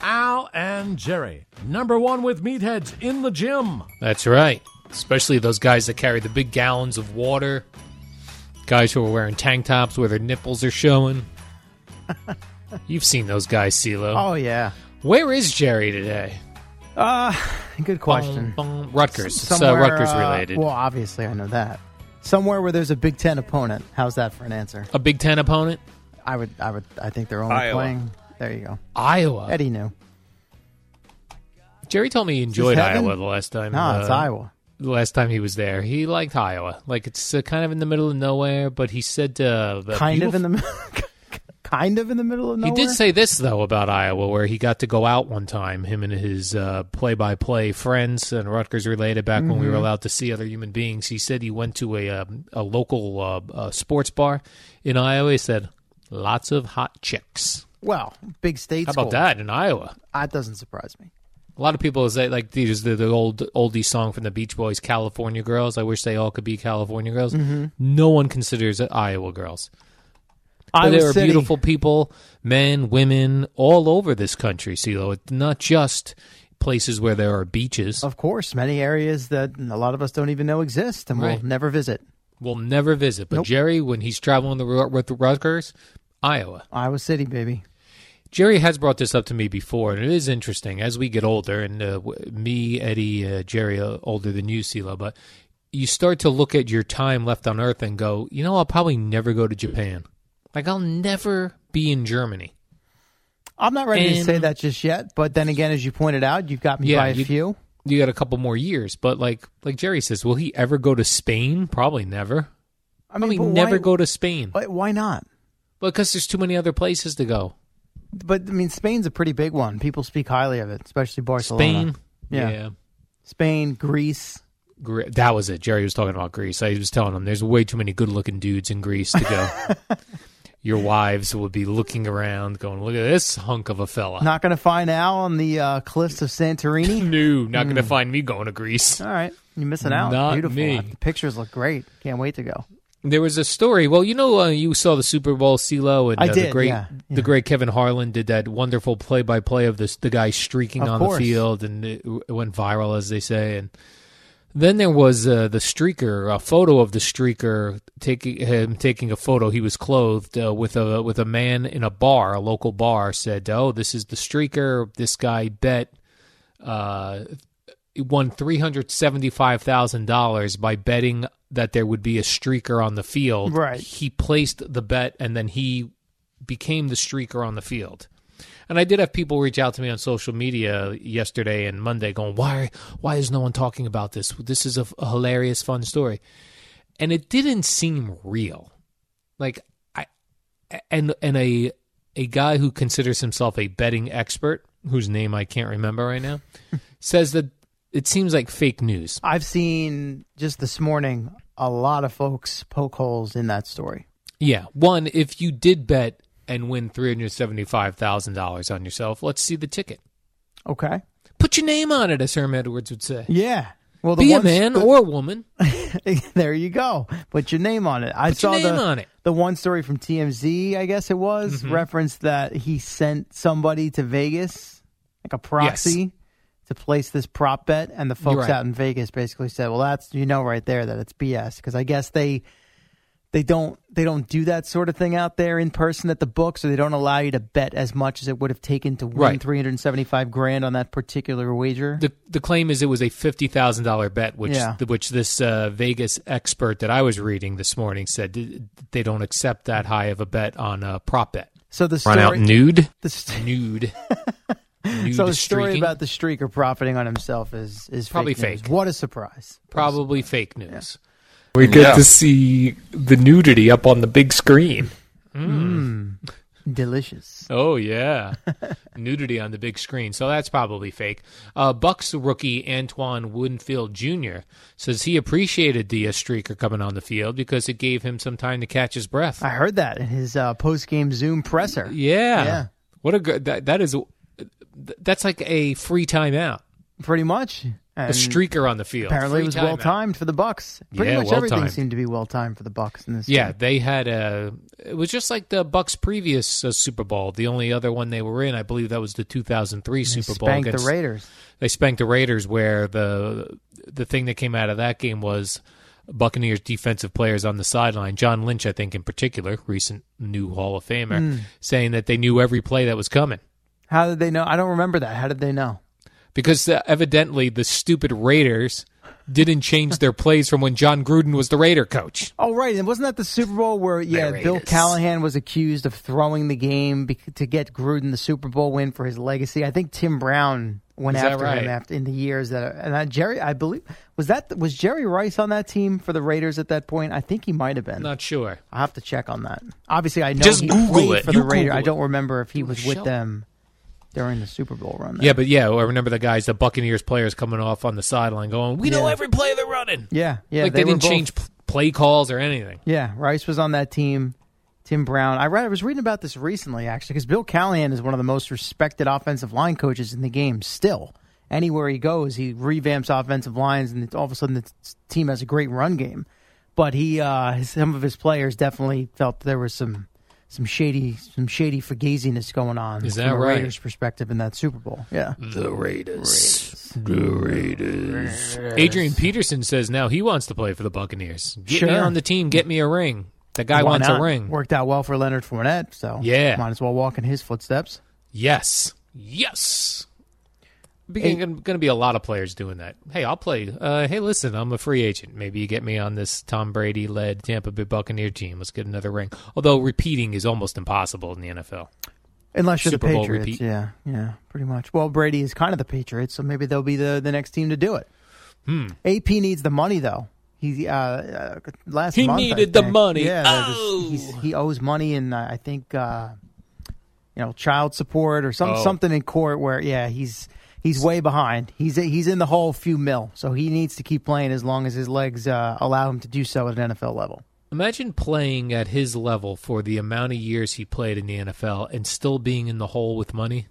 Al and Jerry, number one with meatheads in the gym.
That's right. Especially those guys that carry the big gallons of water. Guys who are wearing tank tops where their nipples are showing. You've seen those guys, CeeLo.
Oh yeah.
Where is Jerry today?
Uh good question.
Bum, bum. Rutgers. It's uh,
Um, Somewhere,
Rutgers
uh,
related.
well, obviously I know that. Somewhere where there's a Big Ten opponent. How's that for an answer?
a Big Ten opponent?
I would. I would. I think they're only
Iowa.
playing. There you go.
Iowa.
Eddie knew.
Jerry told me he enjoyed
heaven?
Iowa the last time.
No, it's
uh,
Iowa.
The last time he was there, he liked Iowa. Like it's uh, kind of in the middle of nowhere, but he said uh, the
Kind
beautiful-
of in the. mi- kind of in the middle of nowhere.
He did say this though about Iowa, where he got to go out one time, him and his uh, play-by-play friends and Rutgers related. Back when we were allowed to see other human beings, he said he went to a um, a local uh, uh, sports bar in Iowa. He said lots of hot chicks.
Well, big state.
How about
school.
that in Iowa?
That doesn't surprise me.
A lot of people say like there's the, the old oldie song from the Beach Boys, "California Girls." I wish they all could be California girls.
Mm-hmm.
No one considers it Iowa girls. But
Iowa
there are
City.
beautiful people, men, women, all over this country, CeeLo. It's not just places where there are beaches.
Of course, many areas that a lot of us don't even know exist and
Right.
we'll never visit.
We'll never visit. But
Nope.
Jerry, when he's traveling the, Ru- with the Rutgers, Iowa.
Iowa City, baby.
Jerry has brought this up to me before, and it is interesting as we get older, and uh, w- me, Eddie, uh, Jerry, uh, older than you, CeeLo, but you start to look at your time left on Earth and go, you know, I'll probably never go to Japan. Like, I'll never be in Germany.
I'm not ready to
And-
say that just yet, but then again, as you pointed out, you've got me
Yeah,
by a
you-
few.
you got a couple more years. But like like Jerry says, will he ever go to Spain? Probably never.
I
Probably
mean, but
never
why,
go to Spain
Why, why not?
because there's too many other places to go.
But I mean, Spain's a pretty big one. People speak highly of it, especially Barcelona.
Spain, yeah.
Spain, Greece.
Gre- That was it. Jerry was talking about Greece. I was telling him there's way too many good-looking dudes in Greece to go. Your wives will be looking around, going, "Look at this hunk of a fella."
Not going to find Al on the uh, cliffs of Santorini.
no, not going to find me going to Greece.
All right, you're missing out.
Not
Beautiful.
me.
The pictures look great. Can't wait to go.
There was a story. Well, you know, uh, you saw the Super Bowl, CeeLo, and
I
uh, the
did,
great,
yeah, yeah.
the great Kevin Harlan did that wonderful play-by-play of this the guy streaking
Of
on
course.
the field, and it, it went viral, as they say. And then there was uh, the streaker, a photo of the streaker taking him taking a photo. He was clothed uh, with a with a man in a bar, a local bar. Said, "Oh, this is the streaker. This guy bet." Uh, won three hundred seventy-five thousand dollars by betting that there would be a streaker on the field.
Right.
He placed the bet, and then he became the streaker on the field. And I did have people reach out to me on social media yesterday and Monday, going, "Why? Why is no one talking about this? This is a, a hilarious, fun story." And it didn't seem real. Like I, and and a a guy who considers himself a betting expert, whose name I can't remember right now, says that it seems like fake news.
I've seen just this morning a lot of folks poke holes in that story.
Yeah. One, if you did bet and win three hundred seventy five thousand dollars on yourself, let's see the ticket.
Okay.
Put your name on it, as Herm Edwards would say.
Yeah. Well, the
Be a
ones-
man
the-
or a woman.
there you go. Put your name on it. I
Put
saw
your name
the
on it. Mm-hmm.
the one story from TMZ, I guess it was, referenced that he sent somebody to Vegas, like a proxy, to place this prop bet, and the folks
right.
out in Vegas basically said, "Well, that's you know right there that it's BS," because I guess they they don't they don't do that sort of thing out there in person at the book, so they don't allow you to bet as much as it would have taken to win
Right.
three hundred seventy five grand on that particular wager.
The the claim is it was a fifty thousand dollar bet, which
Yeah.
which this uh, Vegas expert that I was reading this morning said d- they don't accept that high of a bet on a prop bet.
so the story,
nude,
the st-
nude, nude
So the story
streaking.
about the streaker profiting on himself is is
Probably
fake. news.
fake.
What a surprise!
Probably fake news. We get
Yeah. to
see the nudity up on the big screen. Hmm.
Hmm. Delicious.
Oh yeah, nudity on the big screen. So that's probably fake. Uh, Bucks rookie Antoine Winfield Jr. says he appreciated the uh, streaker coming on the field because it gave him some time to catch his breath.
I heard that in his uh, post game Zoom presser.
yeah.
Yeah.
What a good that that is. th- That's like a free timeout.
Pretty much.
A
And
streaker on the field.
Apparently,
Free
it was well
timeout.
timed for the Bucks. Pretty
Yeah,
much
well
everything
timed.
seemed to be well timed for the Bucks in this.
Yeah,
game.
they had a. It was just like the Bucks' previous uh, Super Bowl. The only other one they were in, I believe, that was the 2003
They
Super Bowl.
spanked
against-
the Raiders.
they spanked the Raiders, where the the thing that came out of that game was Buccaneers defensive players on the sideline. John Lynch, I think, in particular, recent new Hall of Famer,
Hmm.
saying that they knew every play that was coming
How did they know? I don't remember that. How did they know?
because uh, evidently the stupid Raiders didn't change their plays from when John Gruden was the Raider coach.
Oh, right. And wasn't that the Super Bowl where, yeah, Bill
Raiders.
Callahan was accused of throwing the game bec- to get Gruden the Super Bowl win for his legacy? I think Tim Brown went
Is that
after
right?
him after, in the years that, and I, Jerry, I believe, was that, was Jerry Rice on that team for the Raiders at that point? I think he might have been.
Not sure.
I'll have to check on that. Obviously, I know
Just
he
Google
played
it.
for
You
the Raiders.
Google
I
it.
don't remember if he was with
Shut-
them during the Super Bowl run. there.
Yeah, but yeah, I remember the guys, the Buccaneers players coming off on the sideline going, "We know
Yeah.
every play they're running."
Yeah. Yeah.
like they,
were
didn't
both-
change p- play calls or anything.
Yeah, Rice was on that team. Tim Brown. I read. I was reading about this recently, actually, because Bill Callahan is one of the most respected offensive line coaches in the game. Still, anywhere he goes, he revamps offensive lines, and it's, all of a sudden, the t- team has a great run game. But he, uh, his- some of his players definitely felt there was some some shady some shady fugaziness going on
Is that
from a
right? Mm.
Raiders perspective in that Super Bowl. Yeah,
The Raiders. The Raiders. Adrian Peterson says now he wants to play for the Buccaneers. Get me
Sure.
on the team. Get me a ring. The guy
Why
wants
not?
a ring.
Worked out well for Leonard Fournette, so
Yeah.
might as well walk in his footsteps.
Yes. Yes. Beginning going to be a lot of players doing that. Hey, I'll play. Uh, hey, listen, I'm a free agent. Maybe you get me on this Tom Brady led Tampa Bay Buccaneer team. Let's get another ring. Although repeating is almost impossible in the NFL.
Unless you're
Super
the
Bowl
Patriots,
repeat.
yeah, yeah, pretty much. Well, Brady is kind of the Patriots, so maybe they'll be the, the next team to do it. Hmm. AP needs the money though. He uh, uh, last
He
month, I
needed the
think-
money.
Yeah, there was-
Oh.
he's- he owes money, and uh, I think uh, you know child support or some
Oh.
something in court where yeah he's he's way behind. He's he's in the whole few mil, so he needs to keep playing as long as his legs uh, allow him to do so at an NFL level.
Imagine playing at his level for the amount of years he played in the NFL and still being in the hole with money.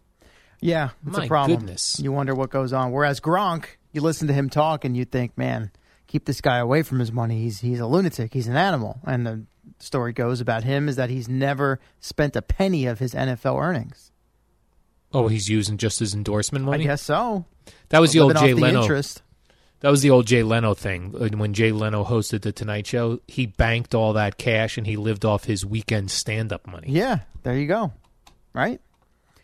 Yeah, it's
My
a problem.
goodness.
You wonder what goes on. Whereas Gronk, you listen to him talk and you think, man, keep this guy away from his money. He's he's a lunatic. He's an animal. And the story goes about him is that he's never spent a penny of his NFL earnings.
Oh, he's using just his endorsement money.
I guess so.
That was the
Living
old Jay
off the
Leno.
interest.
That was the old Jay Leno thing. Like, When Jay Leno hosted the Tonight Show, he banked all that cash and he lived off his weekend stand-up money.
Yeah, there you go. Right.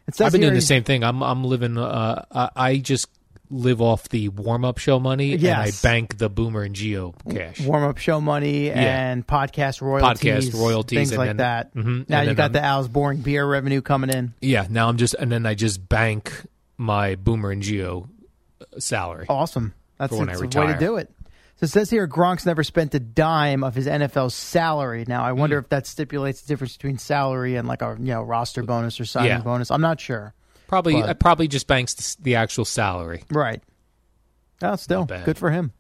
It says
I've been
here
doing the
he-
same thing. I'm I'm living. Uh, I, I just live off the warm-up show money and I
Yes.
bank the Boomer and Geo cash.
warm up show money and podcast royalties,
Podcast royalties
things
and
like
then-
that.
Mhm,
Now
and
you
then
got
I'm-
the Al's boring beer revenue coming in.
Yeah. Now I'm just and then I just bank my Boomer and Geo uh,
Oh,
salary.
Awesome. That's
For when I
it's a way to
retire.
do it. So it says here Gronk's never spent a dime of his NFL salary. Now I
Hmm.
wonder if that stipulates the difference between salary and like a you know roster bonus or signing
Yeah.
bonus. I'm not sure.
Probably
But-
I probably just banks the, s- the actual salary.
Right. Oh, still
bad.
good for him.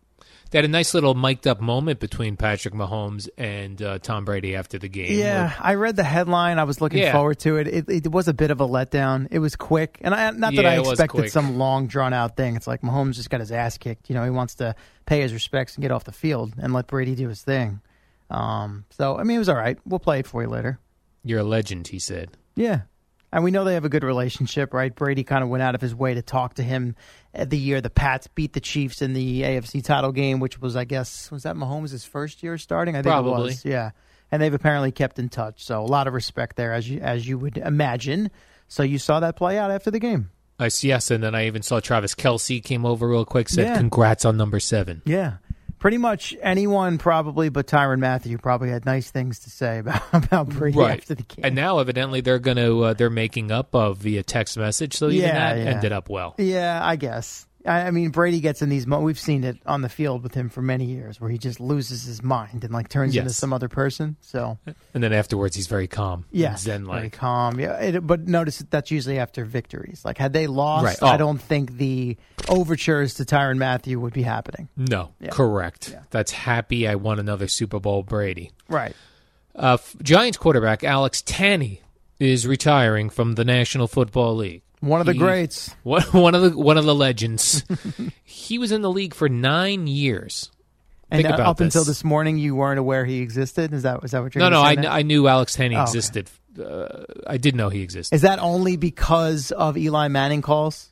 They had a nice little mic'd up moment between Patrick Mahomes and uh, Tom Brady after the game.
Yeah, I read the headline. I was looking
Yeah.
forward to it. it. It was a bit of a letdown. It was quick, and I, not that
Yeah,
I
it was
expected
quick.
some long, drawn out thing. It's like Mahomes just got his ass kicked. You know, he wants to pay his respects and get off the field and let Brady do his thing. Um, so I mean, it was all right. We'll play it for you later.
You're a legend, he said.
Yeah. And we know they have a good relationship, right? Brady kind of went out of his way to talk to him at the year the Pats beat the Chiefs in the AFC title game, which was, I guess, was that Mahomes' first year starting? I think it
Probably.
was. Yeah. And they've apparently kept in touch. So a lot of respect there, as you, as you would imagine. So you saw that play out after the game.
I s- yes, and then I even saw Travis Kelsey came over real quick, said,
Yeah.
"Congrats on number seven.
Yeah. Pretty much anyone, probably, but Tyron Matthew probably had nice things to say about, about Brady after the game.
And now, evidently, they're going to uh, they're making up uh, via text message. So even
Yeah,
that
yeah.
ended up well.
Yeah, I guess. I, I mean, Brady gets in these. Mo- we've seen it on the field with him for many years, where he just loses his mind and like turns into
Yes.
some other person. So
And then afterwards, he's very calm.
yeah,
zen
very
like.
calm. Yeah, it, but notice that that's usually after victories. Like had they lost,
Right. Oh.
I don't think the overtures to Tyron Matthew would be happening.
No, correct. That's happy. I won another Super Bowl, Brady.
Right.
Uh, F- Giants quarterback Alex Tanny is retiring from the National Football League.
One of the
He-
greats.
One, one of the one of the legends. he was in the league for nine years.
And uh,
Think about
up until
this.
this morning, you weren't aware he existed. Is that is that what you're?
No, no,
gonna
I,
say now?
I knew Alex Tanny
Oh, okay.
existed. Uh, I did know he existed.
Is that only because of Eli Manning calls?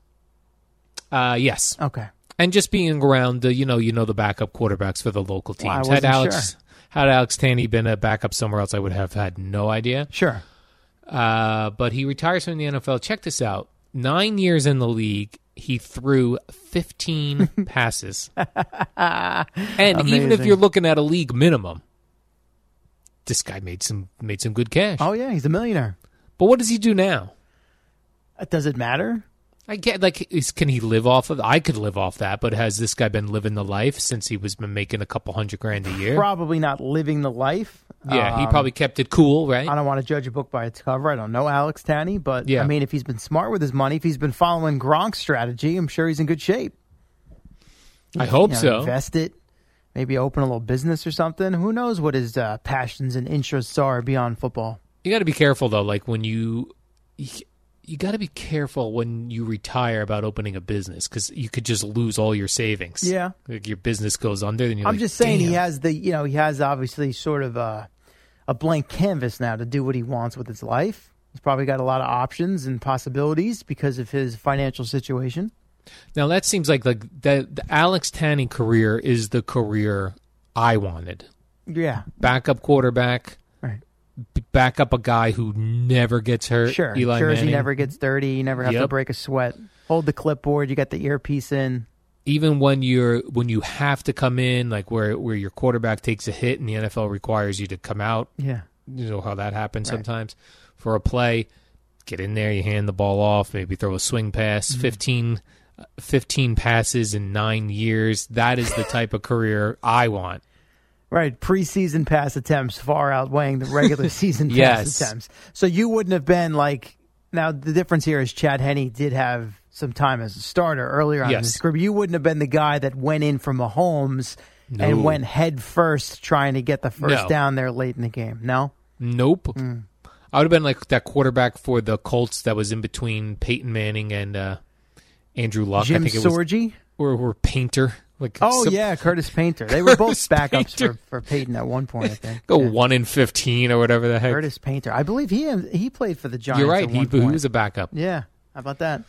Uh, yes,
Okay.
and just being around, uh, you know, you know the backup quarterbacks for the local teams.
Well, I
had
wasn't
Alex
sure.
had Alex Tanny been a backup somewhere else, I would have had no idea.
Sure.
Uh, but he retires from the NFL. Check this out: nine years in the league, he threw fifteen passes, and even if
Amazing.
you're looking at a league minimum, this guy made some made some good cash.
Oh yeah, he's a millionaire.
But what does he do now?
Uh, Does it matter?
I get like, is, can he live off of? I could live off that, but has this guy been living the life since he was been making a couple hundred grand a year?
probably not living the life.
yeah, he
Um,
probably kept it cool, right?
I don't want to judge a book by its cover. I don't know Alex Tanny, but I
Yeah.
mean, if he's been smart with his money, if he's been following Gronk's strategy, I'm sure he's in good shape.
I hope
You know,
so.
Invest it, maybe open a little business or something. Who knows what his uh, passions and interests are beyond football?
You got to be careful though. Like when you, you, you got to be careful when you retire about opening a business because you could just lose all your savings.
Yeah.
like your business goes under. Then you're
I'm
like,
just saying he
"Damn."
has the you know he has obviously sort of a, a blank canvas now to do what he wants with his life. He's probably got a lot of options and possibilities because of his financial situation.
Now that seems like like the, the Alex Tanny career is the career I wanted.
Yeah,
Backup quarterback.
right.
b- back up a guy who never gets hurt.
Sure.
Eli
Jersey
Manning.
never gets dirty. You never have to
Yep.
break a sweat. Hold the clipboard. You got the earpiece in.
Even when you're when you have to come in, like where where your quarterback takes a hit and the NFL requires you to come out.
Yeah.
You know how that happens sometimes for a play. Get in there, you hand the ball off, maybe throw a swing pass.
Mm-hmm.
Fifteen, uh, 15 passes in nine years. That is the type of career I want.
Right. Preseason pass attempts far outweighing the regular season
Yes.
pass attempts. So you wouldn't have been like. Now, the difference here is Chad Henney did have some time as a starter earlier on in
Yes.
this group. You wouldn't have been the guy that went in from Mahomes
No.
and went head first trying to get the first
No.
down there late in the game. No?
Nope.
Mm.
I would have been like that quarterback for the Colts that was in between Peyton Manning and uh, Andrew Luck. I
Jim
think it was
Sorgi?
or, or painter Like,
Oh
some-
yeah, Curtis Painter. They were both
Curtis
backups
Painter.
for, for Payton at one point. I think.
go
Yeah.
one in fifteen or whatever the heck.
Curtis Painter. I believe he he played for the Giants.
You're right.
At
He,
one
he
point.
was a backup.
yeah. How about that?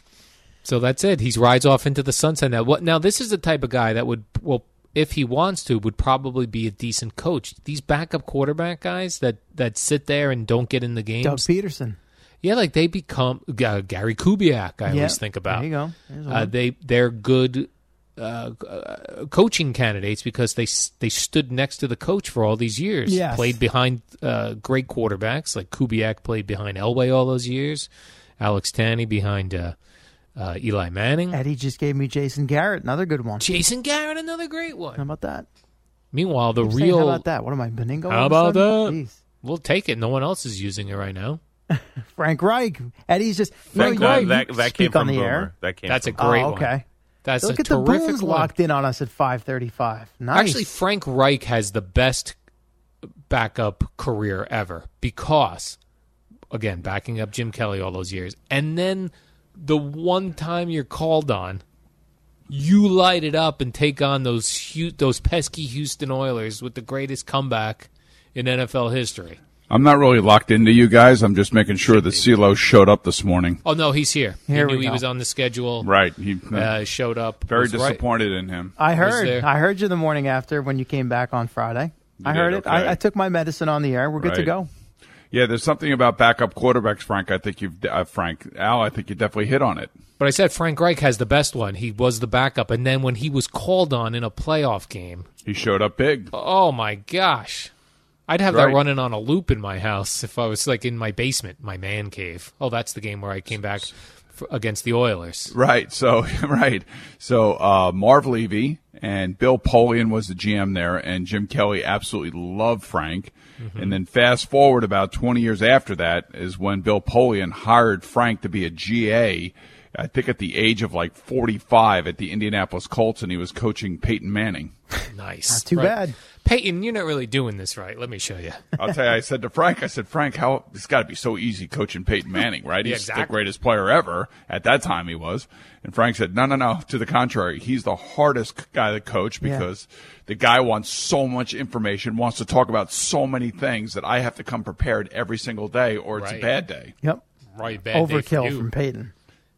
So that's it. He rides off into the sunset now. What now? This is the type of guy that would well, if he wants to, would probably be a decent coach. These backup quarterback guys that that sit there and don't get in the games.
Doug Peterson.
Yeah, like they become uh, Gary Kubiak. I
Yeah,
always think about.
There you go. There's
Uh,
one.
they they're good uh, uh, coaching candidates because they s- they stood next to the coach for all these years.
Yes.
Played behind uh, great quarterbacks like Kubiak played behind Elway all those years. Alex Tanney behind uh, uh, Eli Manning.
Eddie just gave me Jason Garrett, another good one.
Jason Garrett, another great
How
one.
about that?
Meanwhile, the
Keep saying,
real
how about that? What am I, Beningo? all
How
of a
about
sudden?
that?
Jeez.
we'll take it. No one else is using it right now.
Frank Reich. Eddie's just
That,
no, you're
that-
right.
that-
You
that
speak
came from
on the
Boomer.
air.
That came
That's a
from
great
oh,
one.
okay.
That's
Look
a
at the
terrific
Bulls
one.
locked in on us at five thirty-five. Nice.
Actually, Frank Reich has the best backup career ever because, again, backing up Jim Kelly all those years. And then the one time you're called on, you light it up and take on those hu- those pesky Houston Oilers with the greatest comeback in NFL history.
I'm not really locked into you guys. I'm just making sure that CeeLo showed up this morning.
Oh, no, he's here.
Here
he
we
knew he
go.
was on the schedule.
Right. He,
Uh, showed up.
very
was right.
disappointed in him.
there-
I heard. I heard you the morning after when you came back on Friday. I
did,
heard it.
okay.
I, I took my medicine on the air. We're good to
Right.
go.
Yeah, there's something about backup quarterbacks, Frank. I think you've, uh, Frank, Al, I think you definitely hit on it.
But I said Frank Reich has the best one. He was the backup. And then when he was called on in a playoff game,
He showed up big.
Oh my gosh. I'd have that
Right.
running on a loop in my house if I was like in my basement, my man cave. Oh, that's the game where I came back f against the Oilers.
Right. So, right. So, uh, Marv Levy and Bill Polian was the GM there, and Jim Kelly absolutely loved Frank. And then fast forward about 20 years after that is when Bill Polian hired Frank to be a GA, I think at the age of like 45 at the Indianapolis Colts, and he was coaching Peyton Manning.
Nice.
Not too
Right.
bad.
Peyton, you're not really doing this right. Let me show you.
I'll tell you, I said to Frank, I said, Frank, how it's got to be so easy coaching Peyton Manning, right?
Yeah,
He's the
exactly.
greatest player ever. At that time, he was. And Frank said, no, no, no. To the contrary, he's the hardest guy to coach
Yeah.
because the guy wants so much information, wants to talk about so many things that I have to come prepared every single day or it's
Right.
a bad day.
Yep.
Right, bad day for
Overkill
you.
from Peyton.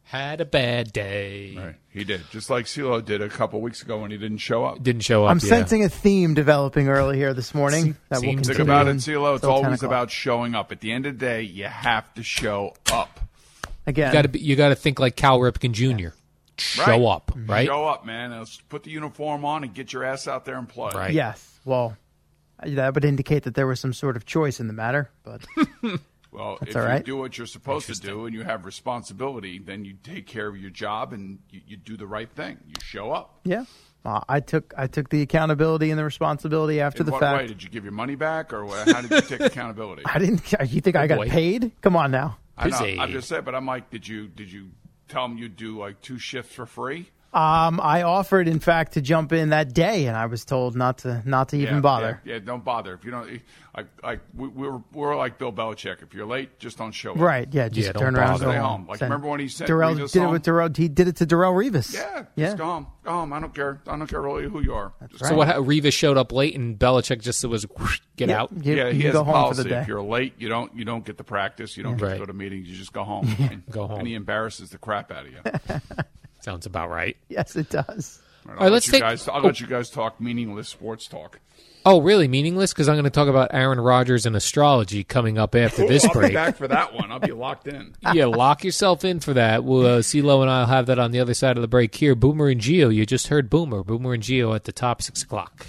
Had a bad day.
Right. He did. Just like CeeLo did a couple weeks ago when he didn't show up.
Didn't show up.
I'm
yeah.
sensing a theme developing early here this morning that will
seems to
Think
continue.
about it, CeeLo. It's
until 10
always
o'clock.
about showing up. At the end of the day, you have to show up.
again.
You gotta be, you gotta think like Cal Ripken Jr.
Right.
Show up,
Mm-hmm.
right?
Show up, man. Let's put the uniform on and get your ass out there and play.
Right.
Yes. Well, that would indicate that there was some sort of choice in the matter, but
Well, if
all
you
right.
do what you're supposed to do and you have responsibility, then you take care of your job and you, you do the right thing. You show up.
yeah. Uh, I took I took the accountability and the responsibility after
In
the
what
fact.
way did you give your money back, or what, how did you take accountability?
I didn't. You think I got
boy.
paid? Come on now.
I know,
Busy.
I'm just saying, but I'm like, did you did you tell them you do like two shifts for free?
Um, I offered, in fact, to jump in that day, and I was told not to not to even
yeah,
bother.
Yeah, yeah, don't bother. If you don't, like, like we, we're we're like Bill Belichick. If you're late, just don't show up.
Right? Yeah. Just
Yeah, don't
turn around.
bother.
and
Stay
go
home. Like, remember when he said,
Darrell
"Lead
did
us
it
home"?
with Darrell? He did it to Darrell Revis.
Yeah, just
Yeah.
go home. Go home. I don't care. I don't care really who you are. Just
So what? ha- Revis showed up late, and Belichick just was whoosh, get
Yeah,
out.
You,
yeah,
you
he has
go
a
home
policy.
for the day.
If you're late, you don't you don't get the practice. You don't get
Right.
to go to meetings. You just go home. and,
Go home.
And he embarrasses the crap out of you.
Sounds about right.
Yes, it does.
All
right, let's
you
take-
Guys, I'll let you guys talk meaningless sports talk.
Oh, really? Meaningless? Because I'm going to talk about Aaron Rodgers and astrology coming up after this
I'll be
break.
back for that one. I'll be locked in.
yeah, lock yourself in for that. We'll, uh, CeeLo and I'll have that on the other side of the break here. Boomer and Geo, you just heard Boomer. Boomer and Geo at the top six o'clock.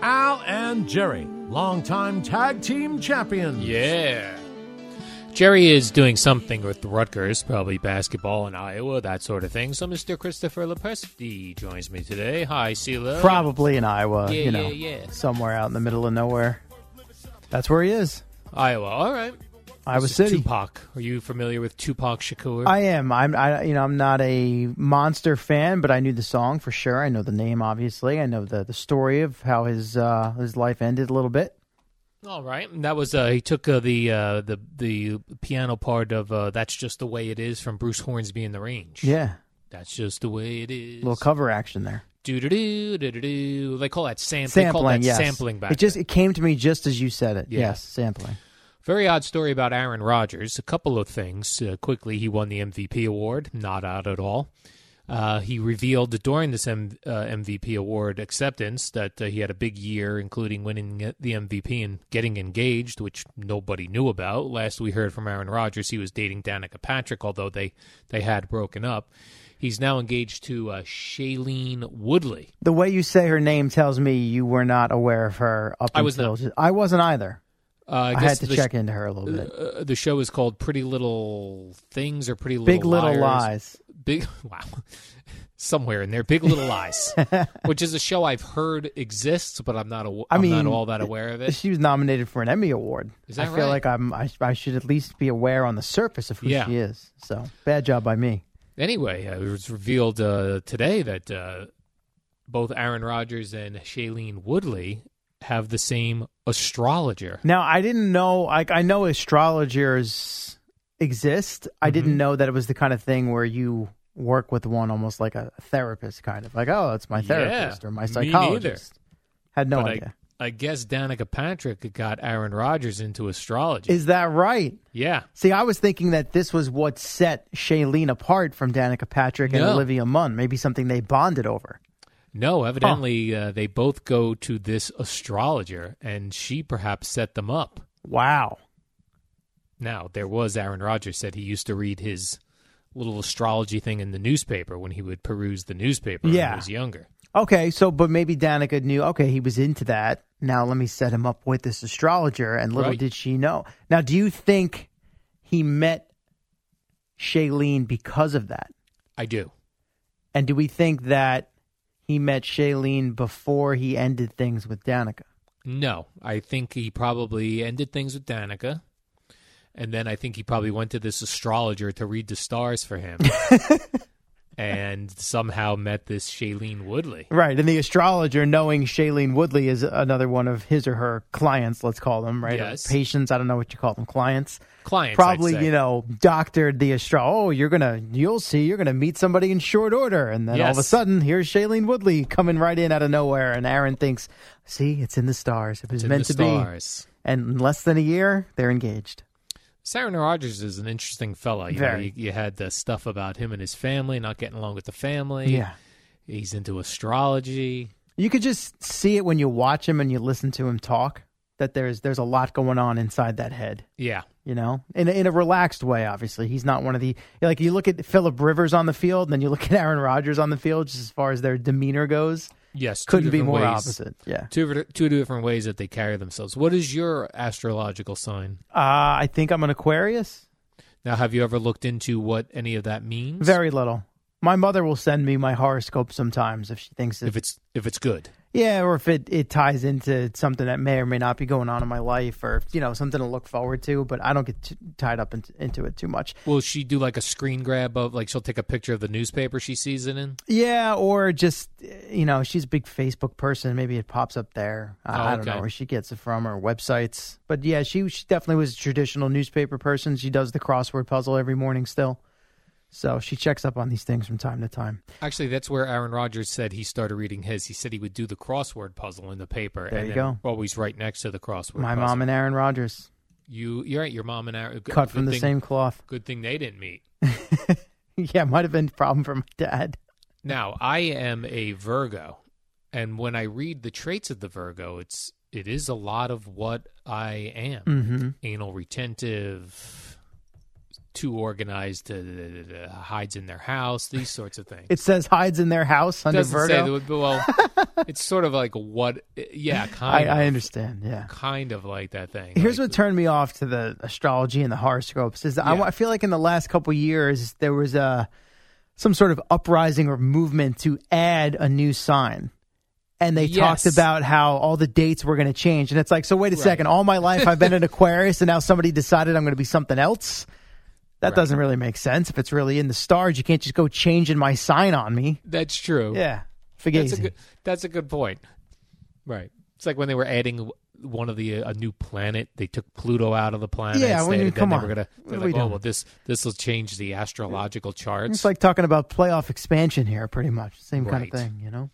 Al and Jerry, longtime tag team champions.
Yeah. Jerry is doing something with Rutgers, probably basketball in Iowa, that sort of thing. So Mr. Christopher Lepresti joins me today. Hi, CeeLo.
Probably in Iowa,
Yeah,
you know,
yeah, yeah.
somewhere out in the middle of nowhere. That's where he is.
Iowa. All right.
Iowa
This is
City.
Tupac. Are you familiar with Tupac Shakur?
I am. I'm. I you know I'm not a monster fan, but I knew the song for sure. I know the name, obviously. I know the the story of how his uh, his life ended a little bit.
All right, and that was uh, he took uh, the uh, the the piano part of uh, "That's Just the Way It Is" from Bruce Hornsby in the Range.
Yeah,
That's just the way it is.
little cover action there.
Do do do do do do. They call that sampling. They call
Sampling,
that
yes.
sampling back.
it just it came to me just as you said it.
Yeah.
Yes, sampling.
Very odd story about Aaron Rodgers. A couple of things. Uh, quickly, he won the MVP award. Not odd at all. Uh, he revealed that during this M- uh, MVP award acceptance that uh, he had a big year, including winning the MVP and getting engaged, which nobody knew about. Last we heard from Aaron Rodgers, he was dating Danica Patrick, although they, they had broken up. He's now engaged to uh, Shailene Woodley.
The way you say her name tells me you were not aware of her up
I was
until
not.
I wasn't either.
Uh, I,
I,
guess
had to
the sh-
check into her a little bit.
Uh, the show is called Pretty Little Things or Pretty Little
Big Little
Liars. Big wow, somewhere in there, Big Little Lies, which is a show I've heard exists, but I'm not aw-
I
I'm
mean,
not all that aware of it.
She was nominated for an Emmy award.
Is that
I feel
right?
like I'm. I, I should at least be aware on the surface of who
Yeah.
she is. So bad job by me.
Anyway, uh, it was revealed uh, today that uh, both Aaron Rodgers and Shailene Woodley have the same astrologer.
Now I didn't know. Like I know astrologers exist.
Mm-hmm.
I didn't know that it was the kind of thing where you work with one almost like a therapist, kind of like oh, it's my therapist or my
me neither.
psychologist. Had no
But I-
idea.
I guess Danica Patrick got Aaron Rodgers into astrology.
Is that right?
yeah.
See, I was thinking that this was what set Shailene apart from Danica Patrick and
No.
Olivia Munn. Maybe something they bonded over.
No, evidently uh, they both go to this astrologer, and she perhaps set them up.
Wow.
Now, there was Aaron Rodgers said he used to read his little astrology thing in the newspaper when he would peruse the newspaper when
Yeah.
he was younger.
Okay, so but maybe Danica knew. Okay, he was into that. Now let me set him up with this astrologer, and little
Right.
did she know. Now, do you think he met Shailene because of that?
I do.
And do we think that he met Shailene before he ended things with Danica?
No, I think he probably ended things with Danica. And then I think he probably went to this astrologer to read the stars for him. and somehow met this Shailene Woodley.
Right, and the astrologer, knowing Shailene Woodley is another one of his or her clients, let's call them right, Or
Yes.
patients. I don't know what you call them, clients.
Clients, I'd
probably
say.
you know doctored the astro. Oh, you're gonna, you'll see, you're gonna meet somebody in short order, and then all of a
Yes.
sudden, here's Shailene Woodley coming right in out of nowhere, and Aaron thinks, see, it's in the stars. It was
It's in
meant
the
to
stars.
be. And in less than a year, they're engaged.
Sarah Rogers is an interesting fella. You, know,
Very.
you, you had the stuff about him and his family, not getting along with the family.
Yeah.
He's into astrology.
You could just see it when you watch him and you listen to him talk. That there's there's a lot going on inside that head.
Yeah.
you know, in a, in a relaxed way. Obviously, he's not one of the like you look at Philip Rivers on the field, and then you look at Aaron Rodgers on the field. Just as far as their demeanor goes,
Yes. two
couldn't be
different
more
ways-
opposite. Yeah,
Two, ver- two different ways that they carry themselves. What is your astrological sign?
uh, I think I'm an Aquarius.
Now, have you ever looked into what any of that means?
Very little. My mother will send me my horoscope sometimes if she thinks it,
If it's if it's good.
yeah, or if it, it ties into something that may or may not be going on in my life, or you know something to look forward to. But I don't get t- tied up in, into it too much.
Will she do like a screen grab of like she'll take a picture of the newspaper she sees it in?
Yeah, or just you know, she's a big Facebook person. Maybe it pops up there. I,
Oh,
I don't
okay.
know where she gets it from or websites. But yeah, she, she definitely was a traditional newspaper person. She does the crossword puzzle every morning still, so she checks up on these things from time to time.
Actually, that's where Aaron Rodgers said he started reading his. He said he would do the crossword puzzle in the paper.
There
and
you
then Always right next to the crossword.
My
puzzle.
mom and Aaron Rodgers
You, you're right. Your mom and Aaron good-
cut
good
from the
thing-
same cloth.
Good thing they didn't meet.
yeah, might have been a problem for my dad.
Now I am a Virgo, and when I read the traits of the Virgo, it's it is a lot of what I am:
Mhm.
anal retentive, too organized to uh, hides in their house. These sorts of things.
It says hides in their house under
doesn't say
Verdo.
that, but, well, it's sort of like what? Yeah,
I,
kind. of,
I understand. Yeah.
Kind of like that thing.
Here's what turned me off to the astrology and the horoscopes is I, I feel like in the last couple years there was a some sort of uprising or movement to add a new sign. And they
Yes.
talked about how all the dates were going to change. And it's like, so wait a second, all my life I've been an Aquarius and now somebody decided I'm going to be something else? That doesn't really make sense. If it's really in the stars, you can't just go changing my sign on me.
That's true.
Yeah.
That's a
Fugazi.
good. That's a good point. Right. It's like when they were adding one of the uh, a new planet. They took Pluto out of the planet.
Yeah,
They,
when you-
then
come
they
on.
were gonna.
What
They're
are
like,
we
oh
doing?
well, this this will change the astrological charts.
It's like talking about playoff expansion here, pretty much. Same kind
Right.
of thing, you know?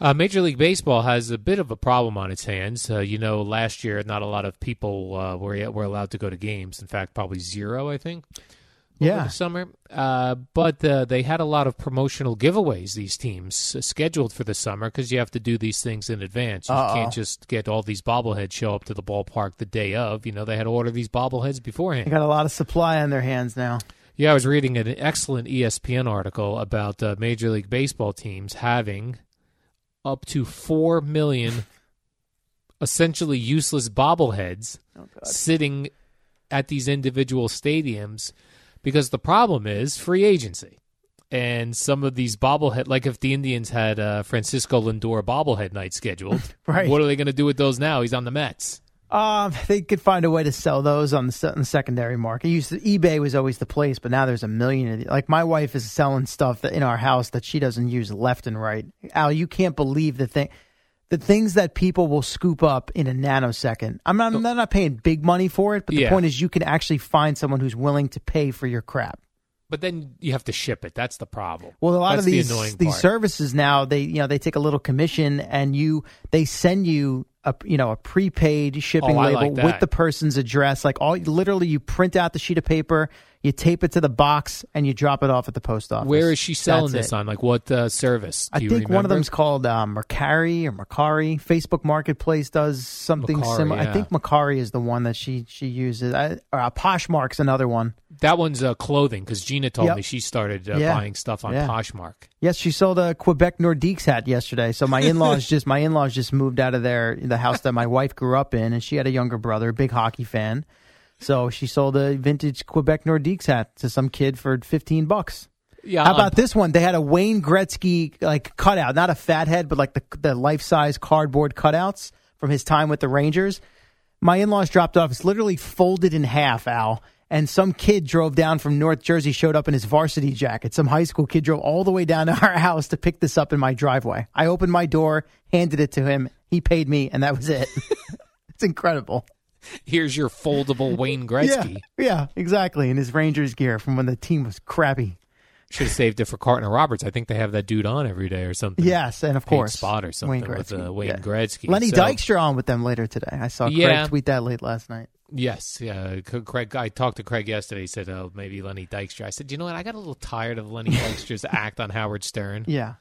Uh, Major League Baseball has a bit of a problem on its hands. Uh, you know, last year not a lot of people uh, were were allowed to go to games. In fact, probably zero, I think. over
Yeah.
the summer. Uh, but uh, they had a lot of promotional giveaways. These teams uh, scheduled for the summer because you have to do these things in advance. You
Uh-oh.
can't just get all these bobbleheads show up to the ballpark the day of. You know, they had to order these bobbleheads beforehand.
They got a lot of supply on their hands now.
Yeah, I was reading an excellent E ESPN article about uh, Major League Baseball teams having up to 4 million essentially useless bobbleheads
Oh,
sitting at these individual stadiums because the problem is free agency. And some of these bobblehead, like if the Indians had uh, Francisco Lindor bobblehead night scheduled,
Right.
what are they going to do with those now? He's on the Mets.
Um, they could find a way to sell those on the, se- on the secondary market. Used to, eBay was always the place, but now there's a million. Of the, like my wife is selling stuff that, in our house that she doesn't use left and right. Al, you can't believe the thing, the things that people will scoop up in a nanosecond. I'm not, I'm not paying big money for it, but the
Yeah.
point is you can actually find someone who's willing to pay for your crap.
But then you have to ship it. That's the problem.
Well, a lot
That's
of
the
these
annoying
these
part.
services now they you know they take a little commission and you they send you a you know a prepaid shipping
Oh, I
label
like that.
with the person's address like all literally you print out the sheet of paper you tape it to the box and you drop it off at the post office.
Where is she selling
That's
this
it.
on? Like what uh, service? Do
I
you
think one of
remember?
them's called uh, Mercari or Mercari. Facebook Marketplace does something
Mercari,
similar.
yeah.
I think Mercari is the one that she she uses. I, or uh, Poshmark's another one.
that one's uh, clothing because Gina told
Yep.
me she started uh,
Yeah.
buying stuff on
Yeah.
Poshmark.
Yes, she sold a Quebec Nordiques hat yesterday. So my in-laws just my in-laws just moved out of their the house that my wife grew up in, and she had a younger brother, big hockey fan. So she sold a vintage Quebec Nordiques hat to some kid for fifteen bucks.
Yeah, um,
How
on-
about this one? They had a Wayne Gretzky like cutout, not a fat head, but like the the life size cardboard cutouts from his time with the Rangers. My in laws dropped off. It's literally folded in half, Al. And some kid drove down from North Jersey, showed up in his varsity jacket. Some high school kid drove all the way down to our house to pick this up in my driveway. I opened my door, handed it to him. He paid me, and that was it. it's incredible.
Here's your foldable Wayne Gretzky.
Yeah, yeah, exactly. In his Rangers gear from when the team was crappy.
Should have saved it for Cartner Roberts. I think they have that dude on every day or something.
Yes, and of
Paint
course,
spot or something
Wayne
with
Gretzky,
uh, Wayne
yeah.
Gretzky.
Lenny
So-
Dykstra on with them later today. I saw
Yeah.
Craig tweet that late last night.
Yes, yeah. C- Craig, I talked to Craig yesterday. He said, "Oh, maybe Lenny Dykstra." I said, "You know what? I got a little tired of Lenny Dykstra's act on Howard Stern."
Yeah.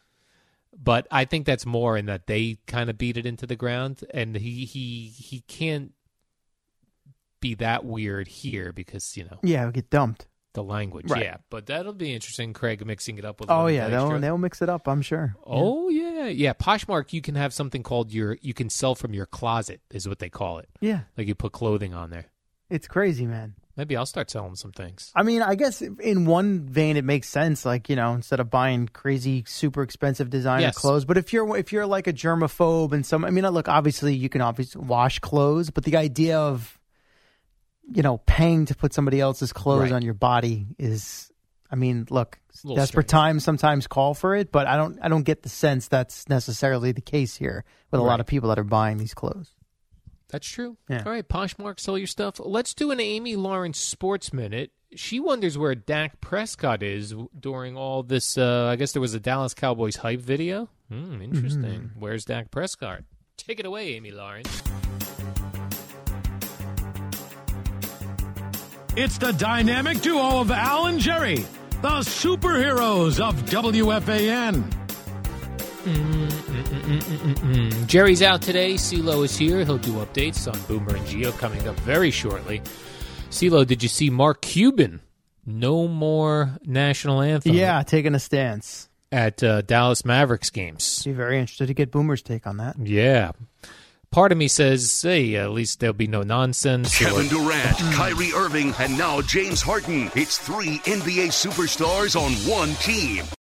but I think that's more in that they kind of beat it into the ground, and he he he can't be that weird here because you know
Yeah, he'll get dumped.
the language.
Right.
Yeah, but that'll be interesting. Craig mixing it up with
Oh,
Lenny
yeah.
Dykstra.
They'll, they'll mix it up, I'm sure.
oh yeah, yeah. Poshmark, you can have something called your you can sell from your closet is what they call it.
Yeah.
Like you put clothing on there.
It's crazy, man.
Maybe I'll start selling some things.
I mean, I guess in one vein it makes sense, like you know, instead of buying crazy, super expensive designer
Yes.
clothes. But if you're if you're like a germaphobe and some, I mean, look, obviously you can obviously wash clothes, but the idea of you know paying to put somebody else's clothes
Right.
on your body is, I mean, look,
little
desperate
strange.
times sometimes call for it, but I don't I don't get the sense that's necessarily the case here with a
Right.
lot of people that are buying these clothes.
That's true.
Yeah.
All right, Poshmark, sell your stuff. Let's do an Amy Lawrence Sports Minute. She wonders where Dak Prescott is w- during all this. Uh, I guess there was a Dallas Cowboys hype video. Hmm, interesting.
Mm-hmm.
Where's Dak Prescott? Take it away, Amy Lawrence.
It's the dynamic duo of Al and Jerry, the superheroes of WFAN.
Mm, Jerry's out today. CeeLo is here. He'll do updates on Boomer and Geo coming up very shortly. CeeLo, did you see Mark Cuban no more national anthem.
Yeah, taking a stance
at uh, Dallas Mavericks games.
Be very interested to get Boomer's take on that.
Yeah. Part of me says, hey, at least there'll be no nonsense.
Kevin
or-
Durant, Kyrie Irving, and now James Harden. It's three NBA superstars on one team.